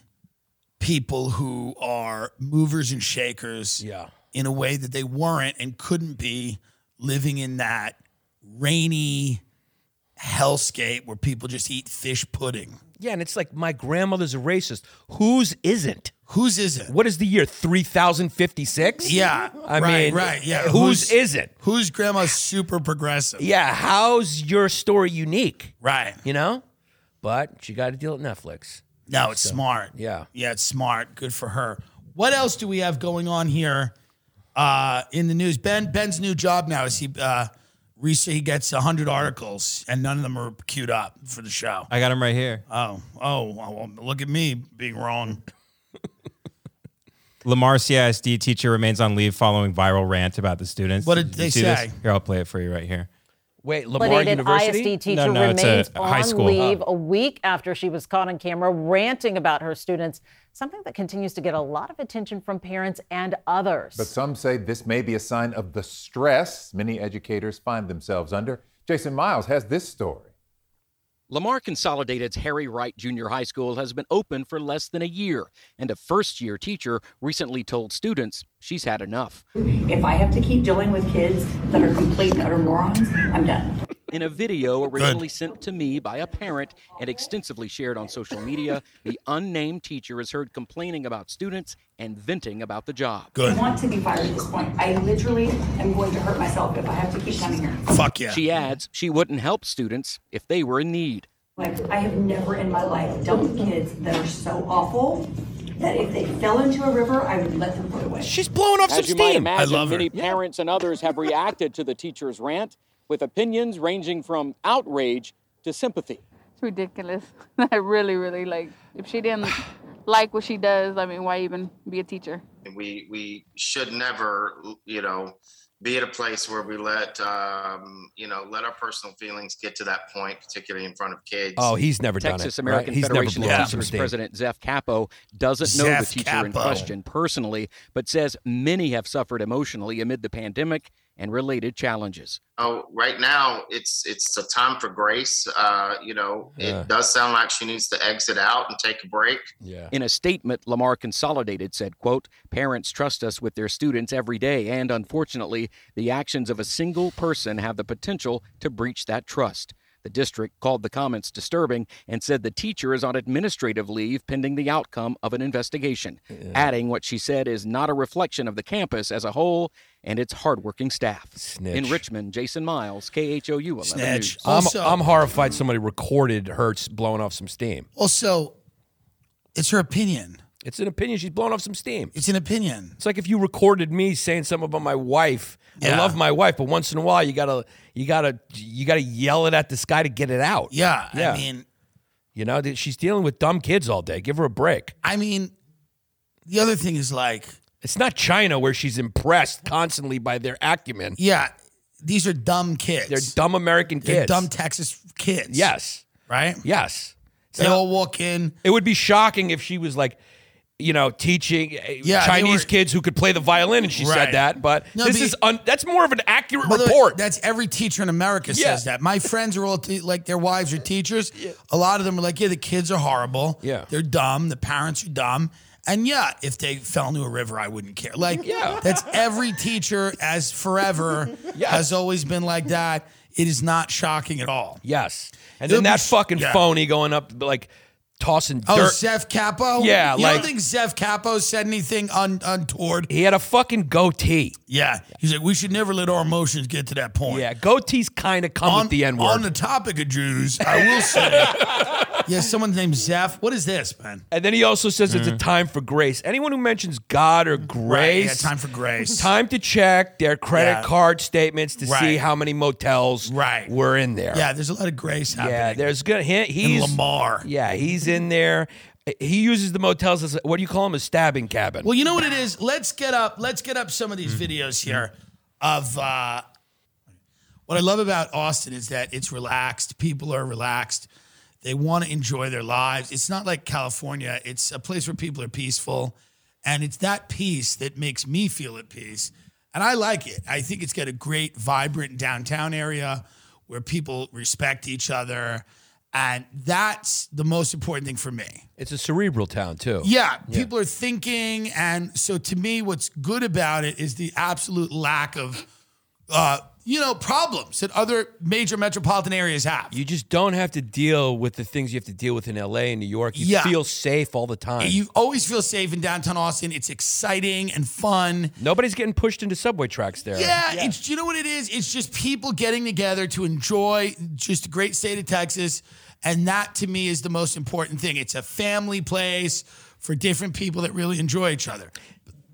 people who are movers and shakers. Yeah. in a way that they weren't and couldn't be living in that rainy hellscape where people just eat fish pudding. Yeah, and it's like my grandmother's a racist. Whose isn't? Whose is it? What is the year? 3056? Yeah. I right, mean, right. Yeah. Whose isn't? Whose grandma's super progressive? Yeah, how's your story unique? Right. You know? But she got a deal at Netflix. No, it's smart. yeah. Yeah, it's smart. Good for her. What else do we have going on here uh, in the news? Ben Ben's new job now is he uh, re- he gets 100 articles and none of them are queued up for the show. I got him right here. Uh, Oh, oh, well, look at me being wrong. Lamar CISD teacher remains on leave following viral rant about the students. What did you they see this? say? Here, I'll play it for you right here. Wait, Lamar Related University? ISD teacher no, it's a remains high on school. leave a week after she was caught on camera ranting about her students, something that continues to get a lot of attention from parents and others. But some say this may be a sign of the stress many educators find themselves under. Jason Miles has this story. Lamar Consolidated's Harry Wright Junior High School has been open for less than a year, and a first year teacher recently told students she's had enough. If I have to keep dealing with kids that are complete and utter morons, I'm done. In a video originally sent to me by a parent and extensively shared on social media, the unnamed teacher is heard complaining about students and venting about the job. I want to be fired at this point. I literally am going to hurt myself if I have to keep coming here. Fuck yeah. She adds she wouldn't help students if they were in need. Like, I have never in my life dealt with kids that are so awful that if they fell into a river, I would let them put away. She's blowing off some As you might steam. imagine, love her. many parents and others have reacted to the teacher's rant with opinions ranging from outrage to sympathy. It's ridiculous. I really, really like. If she didn't like what she does, I mean, why even be a teacher? we we should never you know be at a place where we let um, you know let our personal feelings get to that point particularly in front of kids Oh, he's never done it. Texas American right? He's never Federation blown of off some Teachers steam. President Zeph Capo doesn't know the Zeph teacher in Capo. question personally, but says many have suffered emotionally amid the pandemic and related challenges. Oh, right now it's it's a time for grace uh, you know Yeah. it does sound like she needs to exit out and take a break Yeah. In a statement, Lamar Consolidated said, quote, parents trust us with their students every day, and unfortunately, the actions of a single person have the potential to breach that trust. The district called the comments disturbing and said the teacher is on administrative leave pending the outcome of an investigation, adding what she said is not a reflection of the campus as a whole and its hardworking staff. In Snitch. Richmond, Jason Miles, KHOU 11 Snitch. News. I'm, Also- I'm horrified somebody recorded her s- blowing off some steam. Also, it's her opinion. It's an opinion. She's blowing off some steam. It's an opinion. It's like if you recorded me saying something about my wife. I Yeah. love my wife, but once in a while you gotta you gotta you gotta yell it at this guy to get it out. Yeah, Yeah. I mean, You know, that she's dealing with dumb kids all day. Give her a break. I mean, the other thing is like, It's not China where she's impressed constantly by their acumen. yeah, these are dumb kids. They're dumb American kids. They're dumb Texas kids. yes. right. Yes. It's They not- all walk in. It would be shocking if she was like, you know, teaching uh, Yeah, they Chinese were- kids who could play the violin, and she Right. said that. But No, this but- is un- that's more of an accurate By the way, report. that's every teacher in America Yeah. says that. My friends are all te- like their wives are teachers. A lot of them are like, yeah, the kids are horrible. Yeah. they're dumb. The parents are dumb. And yeah, if they fell into a river, I wouldn't care. Like, Yeah. that's every teacher as forever Yes. has always been like that. It is not shocking at all. yes, and It'll then that be- fucking yeah. phony going up like tossing Oh, dirt. Zeph Capo? Yeah, You like- don't think Zeph Capo said anything un- untoward? he had a fucking goatee. Yeah. He's like, we should never let our emotions get to that point. Yeah, goatees kind of come On with the N On word. the topic of Jews, I will say. yeah, someone's named Zeph. What is this, man? and then he also says it's a time for grace. Anyone who mentions God or Right. grace, Yeah, time for grace. time to check their credit Yeah. card statements to see Right. how many motels Right. were in there. yeah, there's a lot of grace happening. Yeah, there's good. He, in he's Lamar. Yeah, he's in there. He uses the motels as what do you call them? A stabbing cabin. Well, you know what it is. Let's get up. Let's get up some of these videos here. Of uh, what I love about Austin is that it's relaxed. People are relaxed. They want to enjoy their lives. It's not like California. It's a place where people are peaceful, and it's that peace that makes me feel at peace. And I like it. I think it's got a great, vibrant downtown area where people respect each other, and that's the most important thing for me. it's a cerebral town too. Yeah, people are thinking, and so to me, what's good about it is the absolute lack of, uh, you know, problems that other major metropolitan areas have. You just don't have to deal with the things you have to deal with in LA and New York. You Yeah. feel safe all the time. You always feel safe in downtown Austin. It's exciting and fun. Nobody's getting pushed into subway tracks there. Yeah, it's you know what it is. It's just people getting together to enjoy just a great state of Texas, and that to me is the most important thing. It's a family place for different people that really enjoy each other.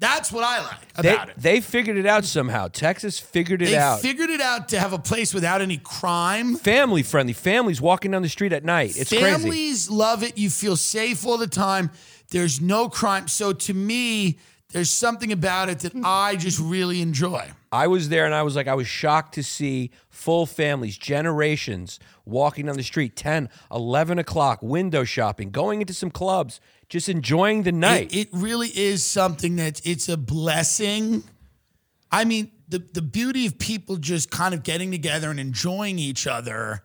That's what I like They, about it. they figured it out somehow. Texas figured it They out. figured it out to have a place without any crime. Family friendly. Families walking down the street at night. It's crazy. Families love it. You feel safe all the time. There's no crime. So to me, there's something about it that I just really enjoy. I was there and I was like, I was shocked to see full families, generations walking down the street, 10, 11 o'clock, window shopping, going into some clubs, just enjoying the night. It, it really is something that it's a blessing. I mean, the the beauty of people just kind of getting together and enjoying each other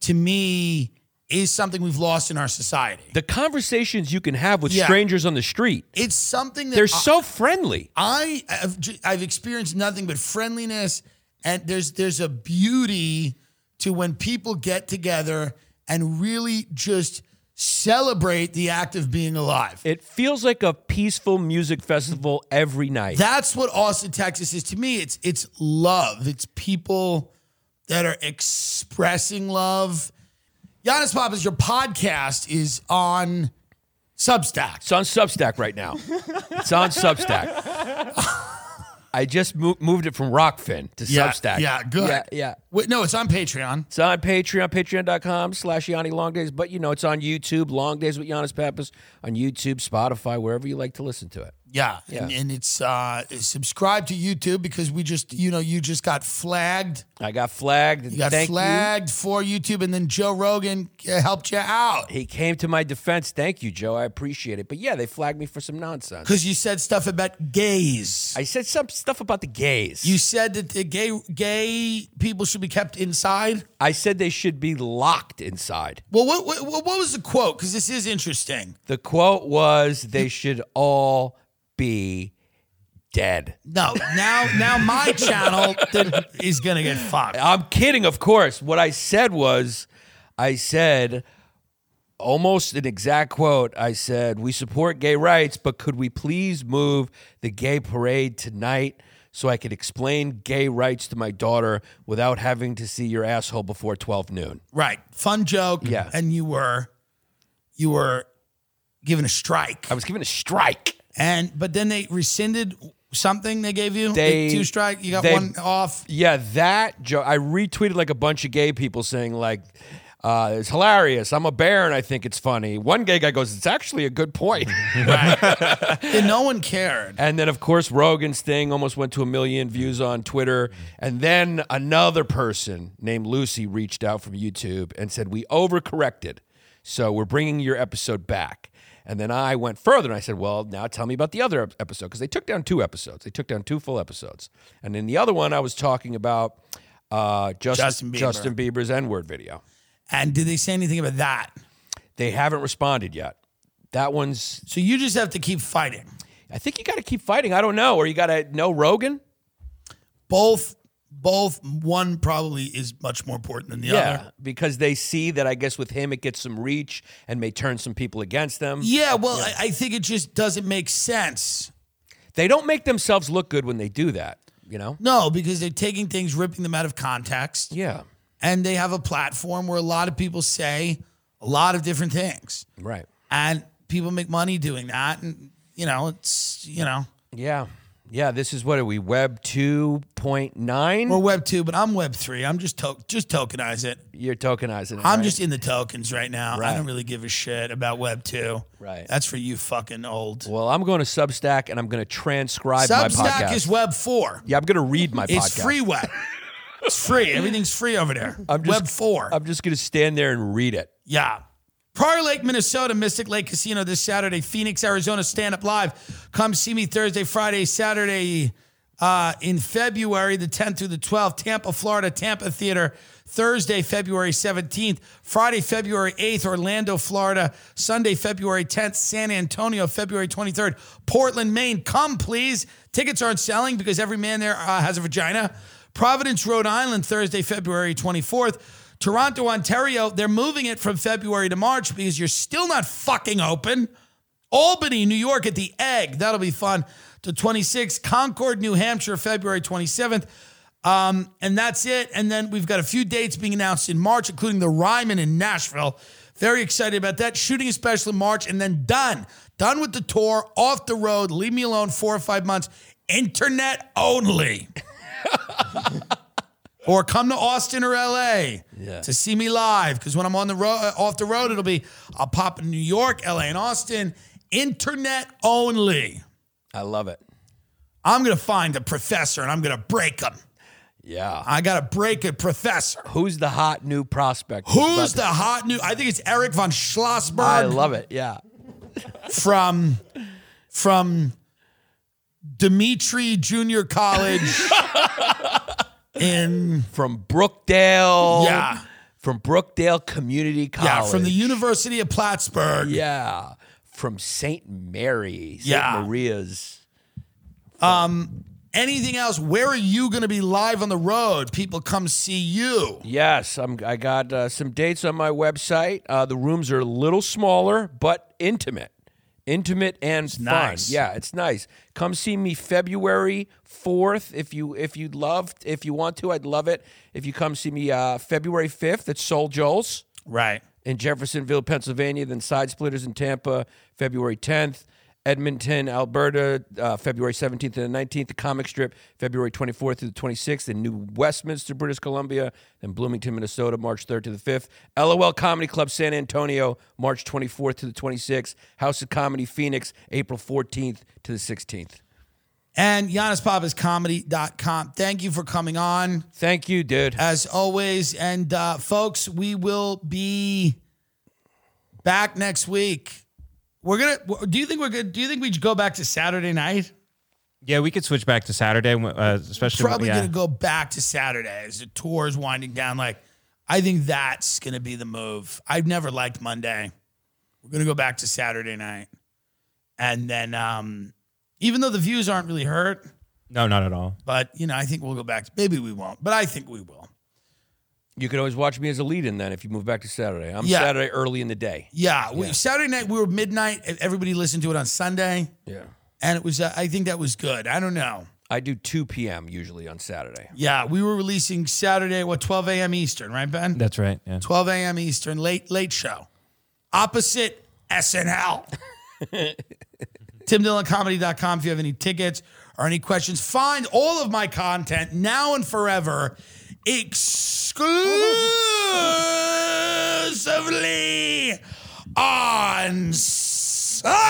to me is something we've lost in our society. the conversations you can have with Yeah. strangers on the street, It's something that they're I- so friendly. I have, ju- I've experienced nothing but friendliness, and there's there's a beauty to when people get together and really just celebrate the act of being alive. It feels like a peaceful music festival every night. That's what Austin, Texas is to me. It's it's love. It's people that are expressing love. Giannis Papas, your podcast is on Substack. it's on Substack right now. it's on Substack. I just mo- moved it from Rockfin to Yeah, Substack. Yeah, good. Yeah, yeah. Wait, no, it's on Patreon. It's on Patreon, patreon.com slash Yanni Long Days. But, you know, it's on YouTube, Long Days with Giannis Pappas, on YouTube, Spotify, wherever you like to listen to it. Yeah, And, and it's uh, subscribe to YouTube because we just you know you just got flagged. I got flagged. You got Thank flagged for YouTube, and then Joe Rogan uh, helped you out He came to my defense. Thank you, Joe. I appreciate it. But, yeah, they flagged me for some nonsense. because you said stuff about gays. I said some stuff about the gays. you said that the gay gay people should be kept inside. I said they should be locked inside. Well, what what, what what was the quote? Because this is interesting. The quote was, they should all be dead. No, now now my channel is gonna get fucked. I'm kidding, of course. What I said was I said almost an exact quote. I said, "We support gay rights, but could we please move the gay parade tonight?" So I could explain gay rights to my daughter without having to see your asshole before twelve noon. Right. Fun joke. Yeah. And you were you were given a strike. I was given a strike. And but then they rescinded something they gave you. They- two strike. You got they- one off. Yeah, that joke. I retweeted like a bunch of gay people saying like, uh, "It's hilarious." I'm a bear and I think it's funny. One gay guy goes, "It's actually a good point." And no one cared. and then of course Rogan's thing almost went to a million views on Twitter. And then another person named Lucy reached out from YouTube and said, "We overcorrected, so we're bringing your episode back." And then I went further and I said, "Well, now tell me about the other ep- episode because they took down two episodes. They took down two full episodes. And in the other one, I was talking about." Uh, Justin, Justin Bieber. Justin Bieber's N-word video. And did they say anything about that? They haven't responded yet. That one's. So you just have to keep fighting. I think you got to keep fighting. I don't know, or you got to know Rogan. Both both one probably is much more important than the other. because they see that I guess with him it gets some reach and may turn some people against them. Yeah, well, I, I think it just doesn't make sense. They don't make themselves look good when they do that, you know. No, because they're taking things, ripping them out of context. Yeah, And they have a platform where a lot of people say a lot of different things. right. And people make money doing that. And, you know, it's, you know, Yeah, yeah. This is what are we Web two point we're nine? Web 2, but I'm Web 3. I'm just, to- just tokenize it. You're tokenizing. It, I'm right? just in the tokens right now. Right. I don't really give a shit about Web 2. Right. That's for you fucking old. Well, I'm going to Substack and I'm going to transcribe my Substack podcast. is Web 4. yeah, I'm going to read my It's podcast. free web. it's free. Everything's free over there. I'm just- web 4. I'm just going to stand there and read it. Yeah. Prior Lake, Minnesota, Mystic Lake Casino this Saturday. Phoenix, Arizona, stand up live. Come see me Thursday, Friday, Saturday uh, in February, the 10th through the 12th. Tampa, Florida, Tampa Theater. Thursday, February 17th. Friday, February 8th, Orlando, Florida. Sunday, February 10th, San Antonio, February 23rd, Portland, Maine. Come, please. Tickets aren't selling because every man there uh, has a vagina. Providence, Rhode Island, Thursday, February 24th. Toronto, Ontario, they're moving it from February to March because you're still not fucking open. Albany, New York at the Egg. That'll be fun. To 26th, Concord, New Hampshire, February 27th. Um, and that's it. And then we've got a few dates being announced in March, including the Ryman in Nashville. Very excited about that. Shooting a special in March and then done. Done with the tour, off the road, leave me alone four or five months, internet only. or come to Austin or LA to see me live. Because when I'm on the road, off the road, it'll be I'll pop in New York, LA, and Austin. Internet only. I love it. I'm gonna find a professor and I'm gonna break him. Yeah. I gotta break a professor. Who's the hot new prospect? Who's About the hot new? I think it's Eric von Schlossberg. to- I love it. Yeah. from from Dimitri Junior College in from Brookdale. Yeah. From Brookdale Community College. yeah from the University of Plattsburgh. Yeah. From St. Mary, St. Yeah. Maria's. Anything else? Where are you going to be live on the road? People come see you. Yes, I'm, I got uh, some dates on my website. Uh, the rooms are a little smaller, but intimate. Intimate and fun. nice. Yeah, it's nice. Come see me February fourth if you if you love if you want to. I'd love it if you come see me uh, February fifth at Soul Joel's. Right. in Jeffersonville, Pennsylvania, then Side Splitters in Tampa, February 10th. Edmonton, Alberta, uh, February 17th and 19th. The Comic Strip, February 24th through the 26th. In New Westminster, British Columbia. Then Bloomington, Minnesota, March 3rd to the 5th. LOL Comedy Club, San Antonio, March 24th to the 26th. House of Comedy, Phoenix, April 14th to the 16th. And YannisPapasComedy.com. Thank you for coming on Thank you, dude. as always. And uh, folks, we will be back next week. We're gonna. Do you think we're good? Do you think we should go back to Saturday night? Yeah, we could switch back to Saturday, uh, especially. Probably yeah. gonna go back to Saturday as the tour is winding down. Like, I think that's gonna be the move. I've never liked Monday. We're gonna go back to Saturday night, and then um, even though the views aren't really hurt, No, not at all. but you know, I think we'll go back. Maybe we won't, but I think we will. You can always watch me as a lead in then if you move back to Saturday. I'm Yeah. Saturday early in the day. Yeah, we, Saturday night we were midnight. and Everybody listened to it on Sunday, Yeah. and it was. Uh, I think that was good. I don't know. I do 2 p.m. usually on Saturday. Yeah, we were releasing Saturday what 12 a.m. Eastern, right, Ben? That's right. Yeah. 12 a.m. Eastern, late late show, opposite SNL. TimDillonComedy.com if you have any tickets or any questions. Find all of my content now and forever exclusively on Substack.